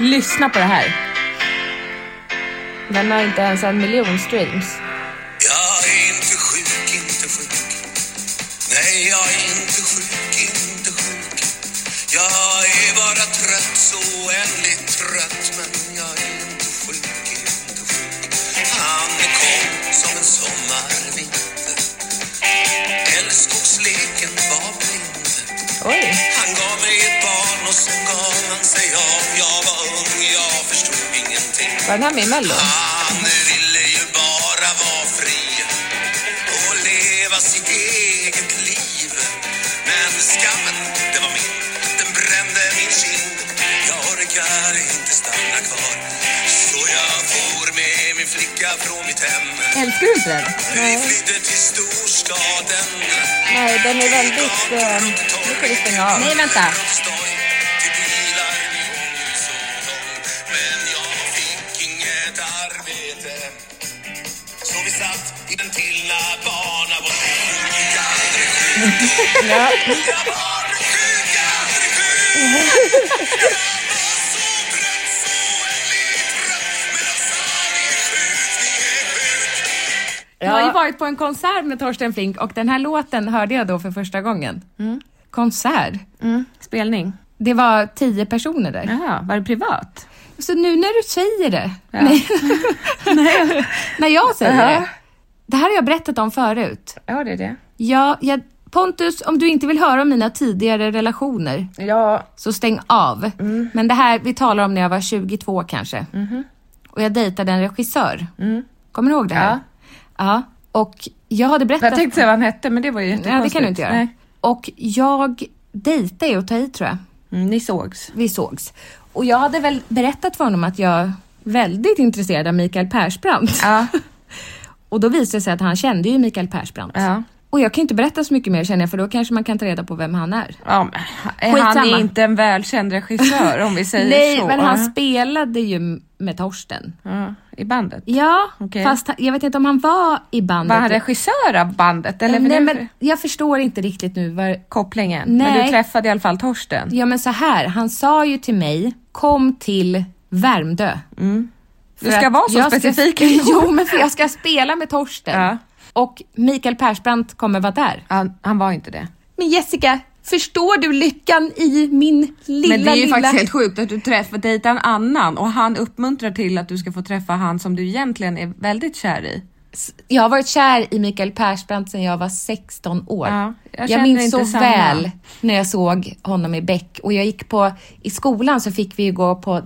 Speaker 1: Lyssna på det här.
Speaker 2: Den har inte ens en miljon streams.
Speaker 3: Jag är inte sjuk, inte sjuk. Nej, jag är inte sjuk, inte
Speaker 5: vara trött, så oändligt trött Men jag är inte sjuk, är inte sjuk Han kom som en sommarvinter Älskogsleken var blind
Speaker 2: Oj.
Speaker 5: han gav mig ett barn och sen gav han sig av Jag var ung, jag förstod ingenting
Speaker 2: Var den här med i Mello?
Speaker 5: Han ville ju bara vara fri och leva sitt eget liv Men skammen, det var min, den brände min kind Jag orkar inte stanna kvar Så jag for med min flicka från mitt hem
Speaker 2: Älskar du inte den?
Speaker 5: Vi flydde till storstaden
Speaker 2: Nej, den är väldigt... Eh, nu ska vi stänga av. Nej, vänta.
Speaker 5: Uppstånd till bilar i ångest och ång. Men jag fick inget arbete. Så vi satt i den Stilla bana och sjuka, sjuka barn, sjuka, sjuka.
Speaker 2: Ja.
Speaker 1: Jag har ju varit på en konsert med Torsten Flink och den här låten hörde jag då för första gången.
Speaker 2: Mm.
Speaker 1: Konsert.
Speaker 2: Spelning.
Speaker 1: Det var tio personer där.
Speaker 2: Jaha, var det privat?
Speaker 1: Så nu när du säger det, nej, när jag säger det, det här har jag berättat om förut.
Speaker 2: Ja, det är det.
Speaker 1: Ja, jag, Pontus, om du inte vill höra om mina tidigare relationer,
Speaker 2: Ja,
Speaker 1: så stäng av.
Speaker 2: Mm.
Speaker 1: Men det här, vi talar om när jag var 22 kanske.
Speaker 2: Mm-hmm.
Speaker 1: Och jag dejtade en regissör. Kommer du ihåg det här?
Speaker 2: Mm. Ja.
Speaker 1: ja. Och jag hade berättat...
Speaker 2: jag tänkte säga vad han hette, men det var ju
Speaker 1: Nej,
Speaker 2: jättekonstigt.
Speaker 1: det kan du inte göra.
Speaker 2: Nej.
Speaker 1: Och jag dejtade är att ta i tror jag.
Speaker 2: Mm, ni sågs.
Speaker 1: Vi sågs. Och jag hade väl berättat för honom att jag är väldigt intresserad av Mikael Persbrandt.
Speaker 2: Ja.
Speaker 1: Och då visade det sig att han kände ju Mikael Persbrandt.
Speaker 2: Ja.
Speaker 1: Och jag kan ju inte berätta så mycket mer känner jag för då kanske man kan ta reda på vem han är.
Speaker 2: Ja, men, han
Speaker 1: Skitsamma.
Speaker 2: är inte en välkänd regissör om vi säger
Speaker 1: Nej,
Speaker 2: så.
Speaker 1: men han spelade ju med Torsten.
Speaker 2: ja, I bandet.
Speaker 1: Ja,
Speaker 2: Okej.
Speaker 1: fast han, jag vet inte om han var i bandet.
Speaker 2: Var han regissör av bandet? Eller
Speaker 1: Nej,
Speaker 2: för det-
Speaker 1: men jag förstår inte riktigt nu var...
Speaker 2: kopplingen. Men
Speaker 1: Nej.
Speaker 2: du träffade i alla fall Torsten.
Speaker 1: Ja, men så här. Han sa ju till mig, kom till Värmdö.
Speaker 2: Du Mm. ska vara så
Speaker 1: jag
Speaker 2: specifik.
Speaker 1: Ska, jo, men för jag ska spela med Torsten.
Speaker 2: Ja.
Speaker 1: Och Mikael Persbrandt kommer vara där.
Speaker 2: Han, han var inte det.
Speaker 1: Men Jessica, förstår du lyckan i min lilla,
Speaker 2: Men det är ju
Speaker 1: lilla...
Speaker 2: faktiskt helt sjukt att du träffar dejtar en annan och han uppmuntrar till att du ska få träffa han som du egentligen är väldigt kär i.
Speaker 1: Jag har varit kär i Mikael Persbrandt sedan jag var 16 år.
Speaker 2: Ja, jag
Speaker 1: jag
Speaker 2: känner
Speaker 1: minns
Speaker 2: inte
Speaker 1: så
Speaker 2: samma.
Speaker 1: väl när jag såg honom i Beck och jag gick på, i skolan så fick vi ju gå på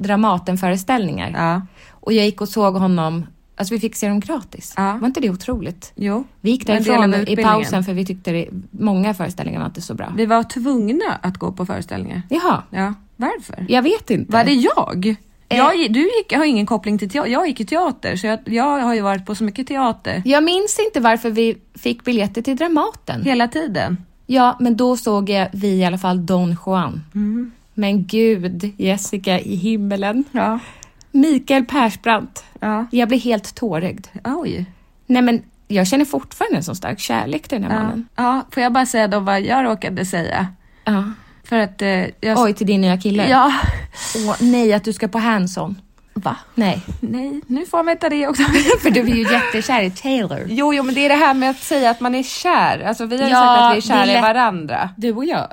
Speaker 1: Dramatenföreställningar.
Speaker 2: Ja.
Speaker 1: Och jag gick och såg honom, alltså vi fick se dem gratis.
Speaker 2: Ja.
Speaker 1: Var inte det otroligt?
Speaker 2: Jo,
Speaker 1: Vi gick
Speaker 2: en del av
Speaker 1: därifrån i
Speaker 2: utbildningen.
Speaker 1: pausen för vi tyckte det, många föreställningar var inte så bra.
Speaker 2: Vi var tvungna att gå på föreställningar.
Speaker 1: Jaha,
Speaker 2: Ja, varför?
Speaker 1: jag vet inte.
Speaker 2: Var det jag?
Speaker 1: Eh.
Speaker 2: jag gi- du gick, har ingen koppling till teater. Jag gick i teater, så jag, jag har ju varit på så mycket teater
Speaker 1: Jag minns inte varför vi fick biljetter till Dramaten.
Speaker 2: hela tiden.
Speaker 1: Ja, men då såg jag vi i alla fall Don Juan. Men gud, Jessica i himmelen.
Speaker 2: Ja.
Speaker 1: Mikael Persbrandt.
Speaker 2: Ja.
Speaker 1: Jag blev helt tårögd.
Speaker 2: Oj.
Speaker 1: Nej, men jag känner fortfarande en sån stark kärlek till den här
Speaker 2: Ja.
Speaker 1: mannen.
Speaker 2: ja, får jag bara säga då vad jag råkade säga?
Speaker 1: Ja.
Speaker 2: För att eh, jag...
Speaker 1: Oj, till din nya kille.
Speaker 2: Ja.
Speaker 1: Åh, nej, att du ska på hands-on.
Speaker 2: Va?
Speaker 1: Nej,
Speaker 2: Nej, nu får han veta det också.
Speaker 1: för du är ju jättekär i Taylor.
Speaker 2: Jo, jo, men det är det här med att säga att man är kär. Alltså vi har ju
Speaker 1: Ja,
Speaker 2: sagt att vi är kära
Speaker 1: det är
Speaker 2: i
Speaker 1: lätt-
Speaker 2: varandra.
Speaker 1: Du och jag.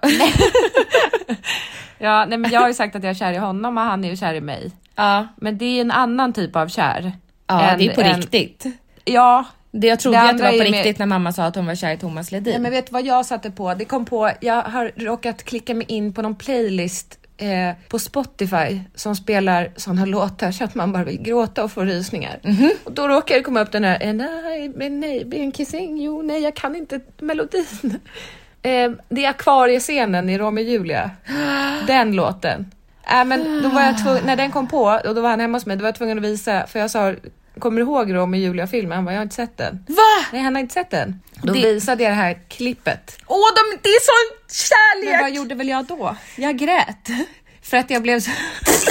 Speaker 2: Ja, nej men jag har ju sagt att jag är kär i honom och han är ju kär i mig.
Speaker 1: Ja,
Speaker 2: Men det är en annan typ av kär.
Speaker 1: ja
Speaker 2: än-
Speaker 1: det är på
Speaker 2: än-
Speaker 1: riktigt.
Speaker 2: Ja.
Speaker 1: Det jag trodde
Speaker 2: Det
Speaker 1: att det
Speaker 2: andra
Speaker 1: var på
Speaker 2: är ju mer-
Speaker 1: riktigt när mamma sa att hon var kär i Thomas Ledin.
Speaker 2: Nej, men vet du vad jag satte på? Det kom på, jag har råkat klicka mig in på någon playlist eh, på Spotify som spelar sådana låtar så att man bara vill gråta och få rysningar. Och då råkar det komma upp den här And I, men nej, been kissing you, nej jag kan inte melodin. Eh, det är akvariescenen i Romeo och Julia. Den låten. Äh, men då var jag tvungen, när den kom på, och då var han hemma hos mig, då var jag tvungen att visa, för jag sa Kommer du ihåg Romeo och Julia-filmen? Han bara, jag har inte sett den.
Speaker 1: Va?
Speaker 2: Nej, han har inte sett den. Då
Speaker 1: Då
Speaker 2: visade jag det här klippet.
Speaker 1: Åh, de, det är sån kärlek!
Speaker 2: Men vad gjorde väl jag då?
Speaker 1: Jag grät.
Speaker 2: För att jag blev så...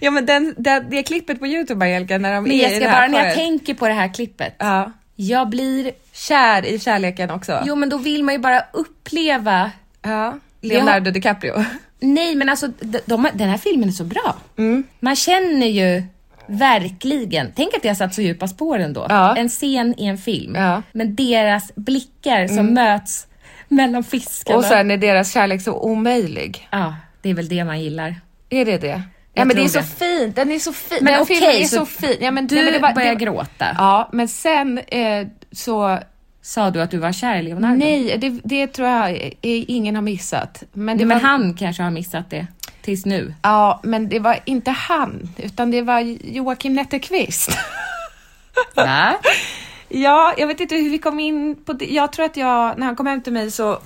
Speaker 2: ja men den, den, det klippet på Youtube Angelica när de
Speaker 1: Men
Speaker 2: är
Speaker 1: jag
Speaker 2: i
Speaker 1: ska
Speaker 2: det här
Speaker 1: bara, när jag
Speaker 2: paret.
Speaker 1: tänker på det här klippet.
Speaker 2: Ja.
Speaker 1: Jag blir...
Speaker 2: Kär i kärleken också.
Speaker 1: Jo, men då vill man ju bara uppleva...
Speaker 2: Ja. Leonardo DiCaprio.
Speaker 1: Nej, men alltså de, de, den här filmen är så bra.
Speaker 2: Mm.
Speaker 1: Man känner ju verkligen. Tänk att det har satt så djupa spår ändå.
Speaker 2: Ja.
Speaker 1: En scen i en film.
Speaker 2: Ja. Mm.
Speaker 1: Men deras blickar som möts mellan fiskarna.
Speaker 2: Och sen är deras kärlek så omöjlig.
Speaker 1: Ja, det är väl det man gillar.
Speaker 2: Är det det? Ja
Speaker 1: Jag
Speaker 2: men det är
Speaker 1: tror
Speaker 2: så
Speaker 1: det.
Speaker 2: fint, den är så fin.
Speaker 1: Men
Speaker 2: den
Speaker 1: okej,
Speaker 2: filmen är
Speaker 1: så
Speaker 2: så, fin. Ja, men,
Speaker 1: Du
Speaker 2: nej, men det var- det
Speaker 1: började
Speaker 2: var-
Speaker 1: gråta.
Speaker 2: Ja, men sen eh, så
Speaker 1: Sa du att du var kär i Leonardo?
Speaker 2: Nej, det, det tror jag eh, ingen har missat. Men, det
Speaker 1: Men
Speaker 2: var,
Speaker 1: han kanske har missat det tills nu.
Speaker 2: Ja, men det var inte han, utan det var Joakim Netteqvist.
Speaker 1: Va?
Speaker 2: ja, jag vet inte hur vi kom in på det. Jag tror att jag, när han kom hem till mig så...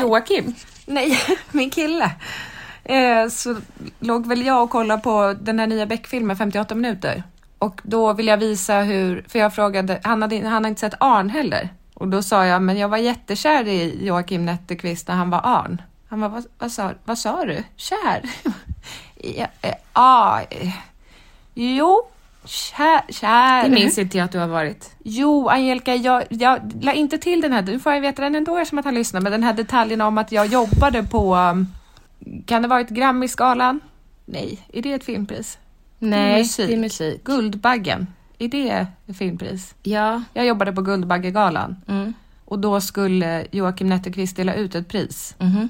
Speaker 1: Joakim?
Speaker 2: Nej, min kille. Eh, så låg väl jag och kollade på den här nya Beck-filmen 58 minuter. Och då ville jag visa hur, för jag frågade, han hade, han hade inte sett Arn heller. Och då sa jag, men jag var jättekär i Joakim Netteqvist när han var Arn. Han bara, vad, vad, sa, vad sa du? Kär? ja, eh, ah, eh, jo, kär, kär.
Speaker 1: Det minns inte jag att du har varit.
Speaker 2: Jo, Angelica, jag, jag la inte till den här, nu får jag veta den ändå eftersom att han lyssnar, men den här detaljen om att jag jobbade på, um, kan det varit Grammisgalan? Nej, är det ett filmpris?
Speaker 1: Nej,
Speaker 2: musik.
Speaker 1: det är musik.
Speaker 2: Guldbaggen, är det ett filmpris?
Speaker 1: Ja.
Speaker 2: Jag jobbade på Guldbaggegalan
Speaker 1: Mm.
Speaker 2: och då skulle Joakim Netteqvist dela ut ett pris.
Speaker 1: Mm-hmm.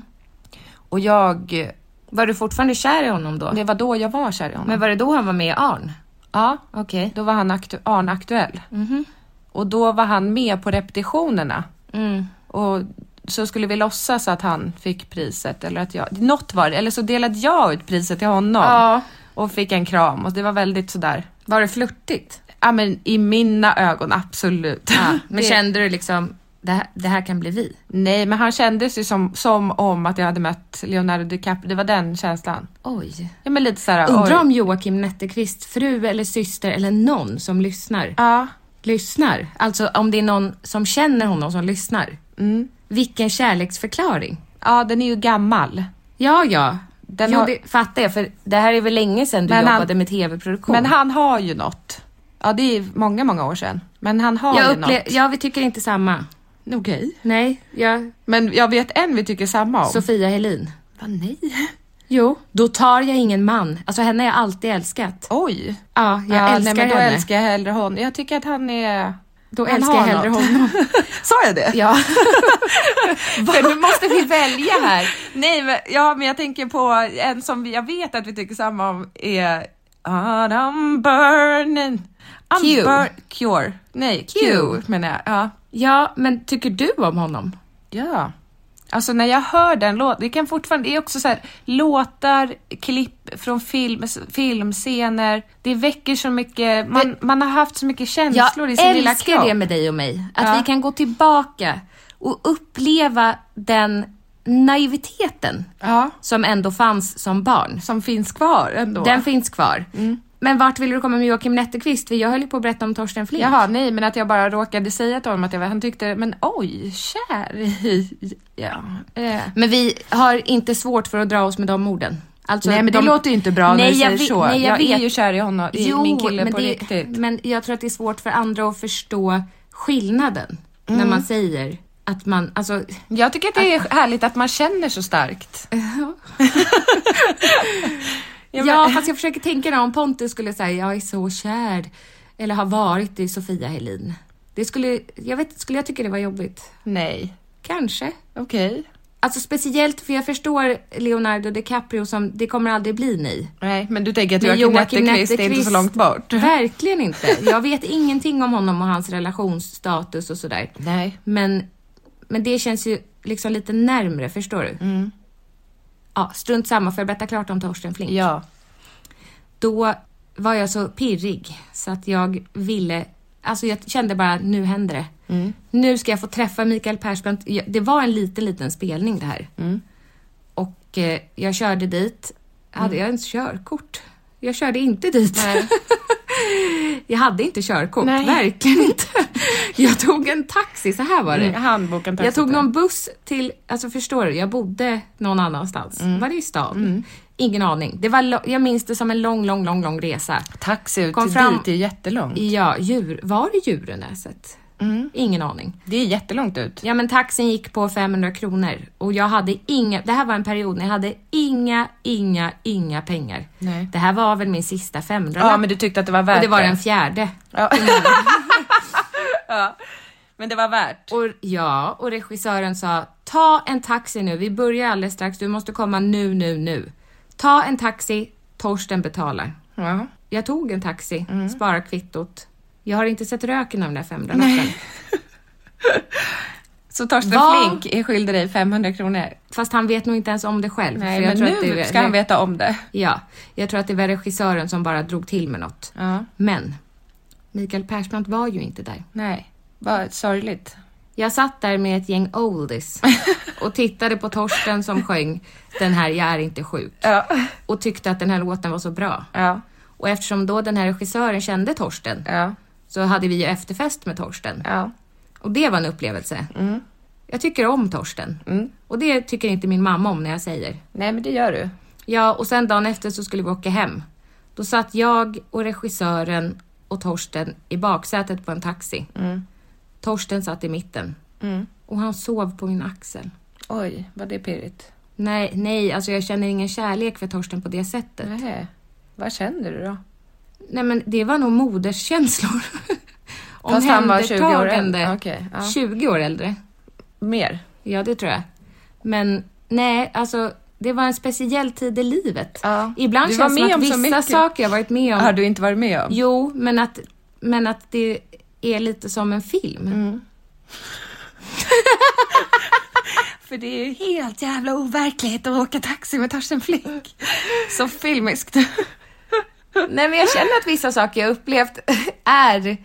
Speaker 2: Och jag,
Speaker 1: Var du fortfarande kär i honom då?
Speaker 2: det var då jag var kär i honom.
Speaker 1: Men var det då han var med i Arn?
Speaker 2: ja,
Speaker 1: Okej.
Speaker 2: då var han aktu- Arne aktuell.
Speaker 1: Mm-hmm.
Speaker 2: Och då var han med på repetitionerna.
Speaker 1: Mm.
Speaker 2: Och så skulle vi låtsas att han fick priset eller att jag, något var det, eller så delade jag ut priset till honom
Speaker 1: Ja.
Speaker 2: och fick en kram och det var väldigt sådär,
Speaker 1: Var det flörtigt?
Speaker 2: ja men i mina ögon absolut.
Speaker 1: Ja. Men
Speaker 2: Det-
Speaker 1: kände du liksom, det här, det här kan bli vi?
Speaker 2: Nej men han kändes ju som, som om att jag hade mött Leonardo DiCaprio, det var den känslan.
Speaker 1: Oj.
Speaker 2: Ja men lite såhär,
Speaker 1: Undrar
Speaker 2: oj.
Speaker 1: om Joakim Netteqvist fru eller syster eller någon som lyssnar,
Speaker 2: Ja,
Speaker 1: lyssnar. Alltså om det är någon som känner honom som lyssnar. Vilken kärleksförklaring.
Speaker 2: Mm. ja den är ju gammal.
Speaker 1: Ja, ja. Den jo,
Speaker 2: har-
Speaker 1: det fattar jag, för det här är väl länge sedan du
Speaker 2: Men han-
Speaker 1: jobbade med tv-produktion?
Speaker 2: Men han har ju något. Ja det är många, många år sedan. Men han har
Speaker 1: jag
Speaker 2: ju
Speaker 1: upple-
Speaker 2: något.
Speaker 1: Ja, vi tycker inte samma.
Speaker 2: Okej.
Speaker 1: Nej, jag...
Speaker 2: Men jag vet en vi tycker samma om.
Speaker 1: Sofia Helin.
Speaker 2: Va, nej.
Speaker 1: Jo. Då tar jag ingen man. Alltså henne har jag alltid älskat.
Speaker 2: Oj.
Speaker 1: Ja, jag
Speaker 2: ja,
Speaker 1: älskar
Speaker 2: nej, men då
Speaker 1: henne.
Speaker 2: älskar jag hellre honom. Jag tycker att han är...
Speaker 1: Då
Speaker 2: han
Speaker 1: älskar
Speaker 2: har
Speaker 1: jag hellre
Speaker 2: något.
Speaker 1: honom.
Speaker 2: Sa jag det?
Speaker 1: Ja.
Speaker 2: För nu måste vi välja här. Nej, men, ja, men jag tänker på en som vi- jag vet att vi tycker samma om är "God, I'm burning. I'm
Speaker 1: Q.
Speaker 2: cure. Nej, Q, menar jag. Ja.
Speaker 1: ja, men tycker du om honom?
Speaker 2: ja. Alltså när jag hör den låten, det kan fortfarande, det är också så här låtar, klipp från film, filmscener, det väcker så mycket, man, man har haft så mycket känslor i sin
Speaker 1: jag
Speaker 2: lilla kropp.
Speaker 1: älskar det med dig och mig. Att
Speaker 2: Ja.
Speaker 1: vi kan gå tillbaka och uppleva den naiviteten
Speaker 2: Ja.
Speaker 1: som ändå fanns som barn.
Speaker 2: som finns kvar ändå. Mm.
Speaker 1: Den finns kvar. Men vart ville du komma med Joakim Netteqvist? För jag höll ju på att berätta om Torsten Flink.
Speaker 2: Jaha, nej, men att jag bara råkade säga till honom att jag var, han tyckte, men oj, kär i, ja. Eh.
Speaker 1: Men vi har inte svårt för att dra oss med de orden. Alltså,
Speaker 2: nej, men det
Speaker 1: de-
Speaker 2: låter ju inte bra när
Speaker 1: Nej,
Speaker 2: du
Speaker 1: jag
Speaker 2: säger
Speaker 1: vet-
Speaker 2: så.
Speaker 1: nej, jag
Speaker 2: jag är
Speaker 1: vet.
Speaker 2: ju kär i honom, i
Speaker 1: Jo,
Speaker 2: min kille
Speaker 1: men
Speaker 2: på
Speaker 1: det,
Speaker 2: riktigt.
Speaker 1: Men jag tror att det är svårt för andra att förstå skillnaden
Speaker 2: Mm.
Speaker 1: när man säger att man, alltså,
Speaker 2: Jag tycker att det är härligt att man känner så starkt.
Speaker 1: ja,
Speaker 2: men-
Speaker 1: fast jag försöker tänka då, om Pontus skulle säga jag är så kär eller har varit i Sofia Helin. Det skulle, jag vet skulle jag tycka det var jobbigt?
Speaker 2: Nej,
Speaker 1: Kanske.
Speaker 2: okej.
Speaker 1: Alltså speciellt för jag förstår Leonardo DiCaprio som, det kommer aldrig bli ni.
Speaker 2: Nej, men du tänker att
Speaker 1: Men
Speaker 2: Joakim
Speaker 1: Joakim
Speaker 2: Netteqvist är inte så
Speaker 1: Netteqvist-
Speaker 2: långt bort?
Speaker 1: Verkligen inte. Jag vet ingenting om honom och hans relationsstatus och sådär.
Speaker 2: Nej.
Speaker 1: Men, men det känns ju liksom lite närmre, förstår du?
Speaker 2: Mm.
Speaker 1: Ja, strunt samma, får jag berätta klart om Torsten Flink?
Speaker 2: Ja.
Speaker 1: Då var jag så pirrig så att jag ville, alltså jag kände bara nu händer det. Nu ska jag få träffa Mikael Persbrandt. Jag- Det var en liten, liten spelning det här. Och eh, jag körde dit. Hade jag ens körkort? Jag körde inte dit. jag hade inte körkort,
Speaker 2: Nej.
Speaker 1: verkligen inte. Jag tog en taxi, så här var det.
Speaker 2: Mm. Handboken
Speaker 1: Jag tog någon buss till, alltså förstår du, jag bodde någon annanstans.
Speaker 2: Mm.
Speaker 1: Var det i stan? Ingen aning. Det var, lo- jag minns det som en lång, lång, lång, lång resa.
Speaker 2: taxi ut
Speaker 1: Kom
Speaker 2: till
Speaker 1: fram-
Speaker 2: dit, det är jättelångt.
Speaker 1: Ja, djur, var det Djurenäset?
Speaker 2: Mm.
Speaker 1: Ingen aning.
Speaker 2: Det är jättelångt ut.
Speaker 1: Ja men taxin gick på 500 kronor och jag hade inga, det här var en period när jag hade inga, inga, inga pengar.
Speaker 2: Nej.
Speaker 1: Det här var väl min sista 500
Speaker 2: Ja, men du tyckte att det var värt
Speaker 1: Och det var den fjärde.
Speaker 2: Ja. ja. Men det var värt.
Speaker 1: Och, ja, och regissören sa ta en taxi nu, vi börjar alldeles strax, du måste komma nu, nu, nu. Ta en taxi, Torsten betalar. Jag tog en taxi,
Speaker 2: Mm.
Speaker 1: sparar kvittot. Jag har inte sett röken av den där 500-lappen.
Speaker 2: Så Torsten
Speaker 1: Vad?
Speaker 2: Flink är skyldig dig 500 kronor.
Speaker 1: Fast han vet nog inte ens om det själv.
Speaker 2: Nej,
Speaker 1: för jag
Speaker 2: men
Speaker 1: tror att
Speaker 2: nu
Speaker 1: det-
Speaker 2: ska han veta om det.
Speaker 1: Ja, jag tror att det var regissören som bara drog till med något.
Speaker 2: Ja.
Speaker 1: Men Mikael Persbrandt var ju inte där.
Speaker 2: Nej, vad sorgligt.
Speaker 1: Jag satt där med ett gäng oldies och tittade på Torsten som sjöng den här Jag är inte sjuk
Speaker 2: Ja.
Speaker 1: och tyckte att den här låten var så bra.
Speaker 2: Ja.
Speaker 1: Och eftersom då den här regissören kände Torsten
Speaker 2: Ja.
Speaker 1: så hade vi ju efterfest med Torsten.
Speaker 2: Ja. Mm.
Speaker 1: Och det var en upplevelse. Jag tycker om Torsten. Och det tycker inte min mamma om när jag säger.
Speaker 2: Nej, men det gör du.
Speaker 1: Ja, och sen dagen efter så skulle vi åka hem. Då satt jag och regissören och Torsten i baksätet på en taxi.
Speaker 2: Mm.
Speaker 1: Torsten satt i mitten. Och han sov på min axel.
Speaker 2: Oj, vad det är pirrigt.
Speaker 1: Nej, nej, alltså jag känner ingen kärlek för Torsten på det sättet. Nej,
Speaker 2: Nej. Vad känner du då?
Speaker 1: men det var nog moderskänslor.
Speaker 2: Fast han var 20 år äldre.
Speaker 1: Omhändertagande.
Speaker 2: Okej, ja.
Speaker 1: 20 år äldre.
Speaker 2: Mer?
Speaker 1: Ja, det tror jag. Men nej, alltså det var en speciell tid i livet.
Speaker 2: Ja.
Speaker 1: Ibland
Speaker 2: Du var
Speaker 1: känns det
Speaker 2: med
Speaker 1: som att
Speaker 2: om så
Speaker 1: vissa
Speaker 2: mycket.
Speaker 1: saker jag varit med om
Speaker 2: Har du inte varit med om?
Speaker 1: Jo, men att, men att det är lite som en film.
Speaker 2: Mm. För det är ju helt jävla overkligt att åka taxi med Torsten Flink. Så filmiskt.
Speaker 1: Nej, men jag känner att vissa saker jag upplevt är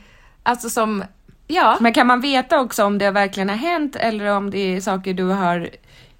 Speaker 1: alltså som, ja.
Speaker 2: Men kan man veta också om det verkligen har hänt eller om det är saker du har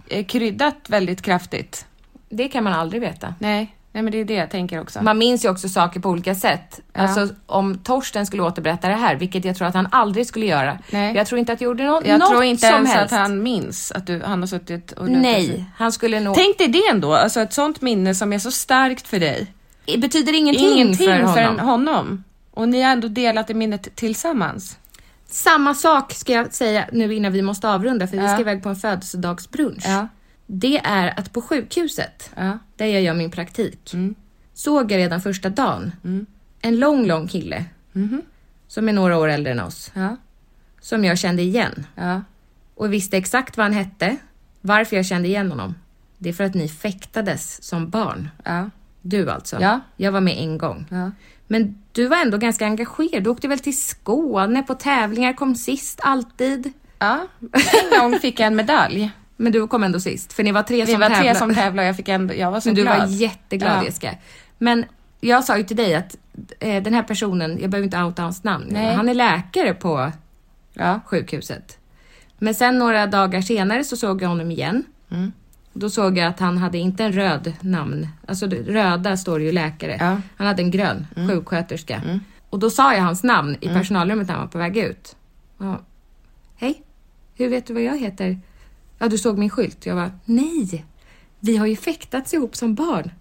Speaker 2: eh, kryddat väldigt kraftigt?
Speaker 1: Det kan man aldrig veta.
Speaker 2: Nej, nej men det är det jag tänker också.
Speaker 1: Man minns ju också saker på olika sätt.
Speaker 2: Ja.
Speaker 1: Alltså om Torsten skulle återberätta det här, vilket jag tror att han aldrig skulle göra.
Speaker 2: Nej.
Speaker 1: Jag tror inte att jag gjorde no-
Speaker 2: jag
Speaker 1: något
Speaker 2: tror inte
Speaker 1: som
Speaker 2: ens
Speaker 1: helst.
Speaker 2: att han minns att du, han har suttit och
Speaker 1: Nej, han skulle nog...
Speaker 2: Tänk dig det ändå, alltså ett sånt minne som är så starkt för dig.
Speaker 1: det betyder ingenting, för honom.
Speaker 2: förrän honom. Och ni har ändå delat det minnet tillsammans.
Speaker 1: Samma sak ska jag säga nu innan vi måste avrunda, för vi
Speaker 2: Ja.
Speaker 1: ska iväg på en födelsedagsbrunch.
Speaker 2: Ja.
Speaker 1: Det är att på sjukhuset,
Speaker 2: Ja. Mm.
Speaker 1: där jag gör min praktik, såg jag redan första dagen en lång, lång kille
Speaker 2: Mhm.
Speaker 1: som är några år äldre än oss,
Speaker 2: Ja.
Speaker 1: som jag kände igen
Speaker 2: Ja.
Speaker 1: och visste exakt vad han hette, varför jag kände igen honom. Det är för att ni fäktades som barn.
Speaker 2: Ja.
Speaker 1: Du alltså?
Speaker 2: Ja.
Speaker 1: Jag var med en gång.
Speaker 2: Ja.
Speaker 1: Men du var ändå ganska engagerad. Du åkte väl till Skåne på tävlingar, kom sist alltid.
Speaker 2: ja. En gång fick jag en medalj.
Speaker 1: Men du kom ändå sist, för ni var tre
Speaker 2: Vi
Speaker 1: som
Speaker 2: var
Speaker 1: tävlade.
Speaker 2: tre som tävlade och jag fick en, jag var så
Speaker 1: Men du
Speaker 2: glad.
Speaker 1: var jätteglad
Speaker 2: Ja.
Speaker 1: Jessica. Men jag sa ju till dig att eh, den här personen, jag behöver inte outa hans namn,
Speaker 2: Nej.
Speaker 1: han är läkare på
Speaker 2: Ja.
Speaker 1: sjukhuset. Men sen några dagar senare så såg jag honom igen.
Speaker 2: Mm.
Speaker 1: Då såg jag att han hade inte en röd namn, alltså det- röda står ju läkare.
Speaker 2: Ja. Mm.
Speaker 1: Han hade en grön, sjuksköterska. Och då sa jag hans namn i personalrummet när han var på väg ut. Ja. Hej, hur vet du vad jag heter? Ja, du såg min skylt. Jag var nej, vi har ju fäktats ihop som barn.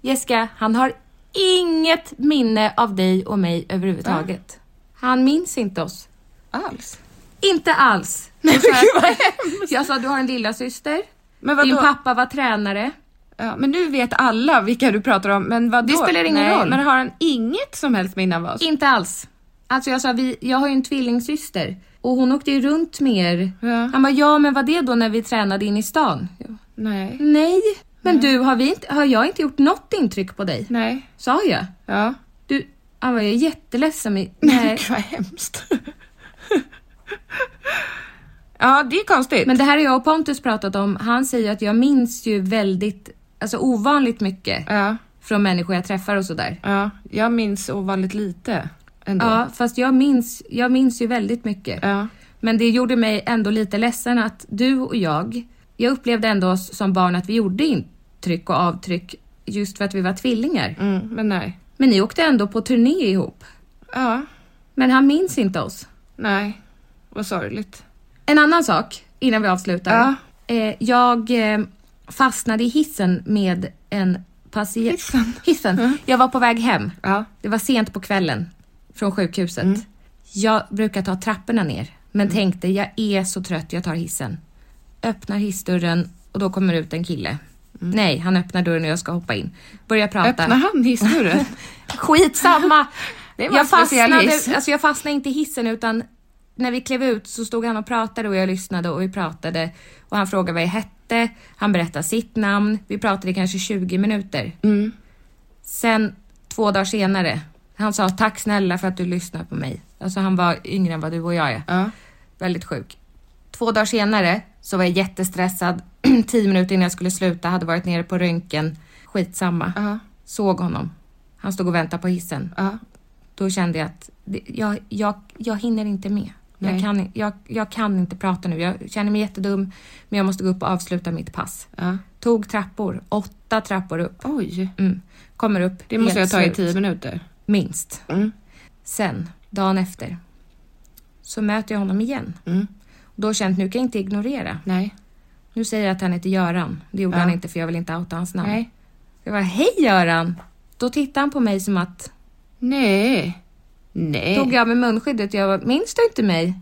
Speaker 1: Jessica, han har inget minne av dig och mig överhuvudtaget. Han minns inte oss.
Speaker 2: Alls.
Speaker 1: Inte alls. Nej, men gud vad hemskt. Jag sa, du har en lilla syster.
Speaker 2: Men vadå?
Speaker 1: Din pappa var tränare.
Speaker 2: Ja, men nu vet alla vilka du pratar om, men vadå?
Speaker 1: Det spelar ingen
Speaker 2: Nej,
Speaker 1: roll.
Speaker 2: Men har han inget som helst minne av oss?
Speaker 1: Inte alls. Alltså jag sa, vi, jag har ju en tvillingsyster och hon åkte ju runt med er.
Speaker 2: Ja.
Speaker 1: Han bara, ja men vad det då när vi tränade in i stan? Jag,
Speaker 2: Nej.
Speaker 1: Nej, men du, har, vi inte, har jag inte gjort något intryck på dig?
Speaker 2: Nej.
Speaker 1: Sa jag.
Speaker 2: Ja.
Speaker 1: Du, han bara, jag är jätteledsen. Men,
Speaker 2: Nej.
Speaker 1: nej.
Speaker 2: Gud vad hemskt. ja, det är konstigt.
Speaker 1: men det här har jag och Pontus pratat om. Han säger att jag minns ju väldigt, alltså ovanligt mycket
Speaker 2: Ja,
Speaker 1: från människor jag träffar och sådär.
Speaker 2: ja. Jag minns ovanligt lite ändå.
Speaker 1: Ja, fast jag minns, jag minns ju väldigt mycket.
Speaker 2: Ja.
Speaker 1: Men det gjorde mig ändå lite ledsen att du och jag, jag upplevde ändå oss som barn att vi gjorde intryck och avtryck just för att vi var tvillingar.
Speaker 2: Mm, men nej.
Speaker 1: Men ni åkte ändå på turné ihop.
Speaker 2: Ja,
Speaker 1: Men han minns inte oss.
Speaker 2: nej. Vad sorgligt.
Speaker 1: En annan sak innan vi avslutar. Eh, jag eh, fastnade i hissen med en patient.
Speaker 2: Hissen?
Speaker 1: hissen. Jag var på väg hem.
Speaker 2: Ja. Mm.
Speaker 1: Det var sent på kvällen från sjukhuset. Jag brukar ta trapporna ner, men tänkte jag är så trött, jag tar hissen. Öppnar hissdörren och då kommer ut en kille.
Speaker 2: Mm.
Speaker 1: Nej, han öppnar dörren och jag ska hoppa in. Börjar prata.
Speaker 2: Öppnar han hissdörren?
Speaker 1: Skitsamma!
Speaker 2: Det var en
Speaker 1: jag,
Speaker 2: speciell
Speaker 1: fastnade,
Speaker 2: hiss.
Speaker 1: alltså jag fastnade inte i hissen utan när vi klev ut så stod han och pratade och jag lyssnade och vi pratade och han frågade vad jag hette. Han berättade sitt namn. Vi pratade i kanske 20 minuter.
Speaker 2: Mm.
Speaker 1: Sen två dagar senare, han sa tack snälla för att du lyssnar på mig. Alltså han var yngre än vad du och jag är.
Speaker 6: Ja.
Speaker 1: Väldigt sjuk. Två dagar senare så var jag jättestressad. Tio minuter innan jag skulle sluta, hade varit nere på röntgen. Skitsamma.
Speaker 6: Ja.
Speaker 1: Såg honom. Han stod och väntade på hissen.
Speaker 6: Ja.
Speaker 1: Då kände jag att det- jag, jag, jag hinner inte med. Jag
Speaker 6: Nej.
Speaker 1: kan, jag, jag kan inte prata nu. Jag känner mig jättedum, men jag måste gå upp och avsluta mitt pass.
Speaker 6: Ja.
Speaker 1: Tog trappor, åtta trappor upp.
Speaker 6: Oj.
Speaker 1: Mm. Kommer upp.
Speaker 6: Det måste
Speaker 1: helt
Speaker 6: jag ta i
Speaker 1: slut.
Speaker 6: tio minuter.
Speaker 1: Minst.
Speaker 6: Mm.
Speaker 1: Sen, dagen efter, så möter jag honom igen.
Speaker 6: Mm.
Speaker 1: Då kände jag nu kan jag inte ignorera.
Speaker 6: Nej.
Speaker 1: Nu säger jag att han heter Göran. Det gjorde
Speaker 6: Ja.
Speaker 1: han inte för jag vill inte outa hans namn.
Speaker 6: Nej.
Speaker 1: Jag bara, hej Göran! Då tittade han på mig som att,
Speaker 6: Nej. Nej.
Speaker 1: tog jag med munskyddet jag bara, minns du inte mig?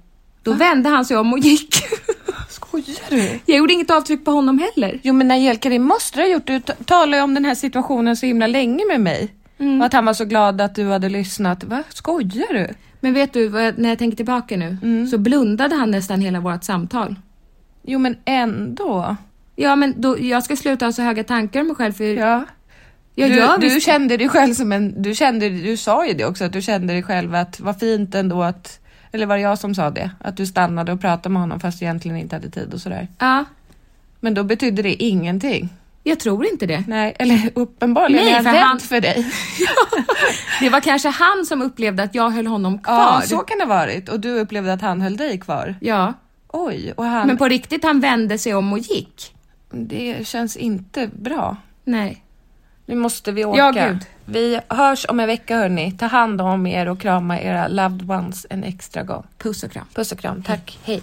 Speaker 1: Då vände han sig om och gick.
Speaker 2: Skojar du?
Speaker 1: jag gjorde inget avtryck på honom heller.
Speaker 2: Jo men Najelka, det måste du ha gjort. Du t- talade ju om den här situationen så himla länge med mig.
Speaker 1: Mm.
Speaker 2: Och att han var så glad att du hade lyssnat. Va? Skojar du?
Speaker 1: Men vet du, vad jag- när jag tänker tillbaka nu,
Speaker 6: Mm.
Speaker 1: så blundade han nästan hela vårt samtal.
Speaker 2: Jo men ändå.
Speaker 1: Ja, men då, jag ska sluta ha så höga tankar om mig själv för
Speaker 2: Ja.
Speaker 1: jag
Speaker 2: du,
Speaker 1: gör
Speaker 2: du
Speaker 1: visst-
Speaker 2: kände dig själv som en... Du, kände, du sa ju det också, att du kände dig själv att vad fint ändå att... Eller var det jag som sa det? Att du stannade och pratade med honom fast du egentligen inte hade tid och sådär.
Speaker 1: Ja,
Speaker 2: Men då betydde det ingenting.
Speaker 1: jag tror inte det.
Speaker 2: Nej, eller uppenbarligen
Speaker 1: Nej,
Speaker 2: är han
Speaker 1: för
Speaker 2: rädd
Speaker 1: han-
Speaker 2: för dig.
Speaker 1: Det var kanske han som upplevde att jag höll honom kvar.
Speaker 2: Ja, så kan det ha varit. Och du upplevde att han höll dig kvar.
Speaker 1: Ja,
Speaker 2: Oj, och han...
Speaker 1: men på riktigt han vände sig om och gick.
Speaker 2: Det känns inte bra.
Speaker 1: Nej.
Speaker 2: Nu måste vi åka.
Speaker 1: Ja, gud.
Speaker 2: Vi hörs om en vecka hörni. Ta hand om er och krama era loved ones en extra gång.
Speaker 1: Puss och kram.
Speaker 2: Puss och kram, tack. Hej.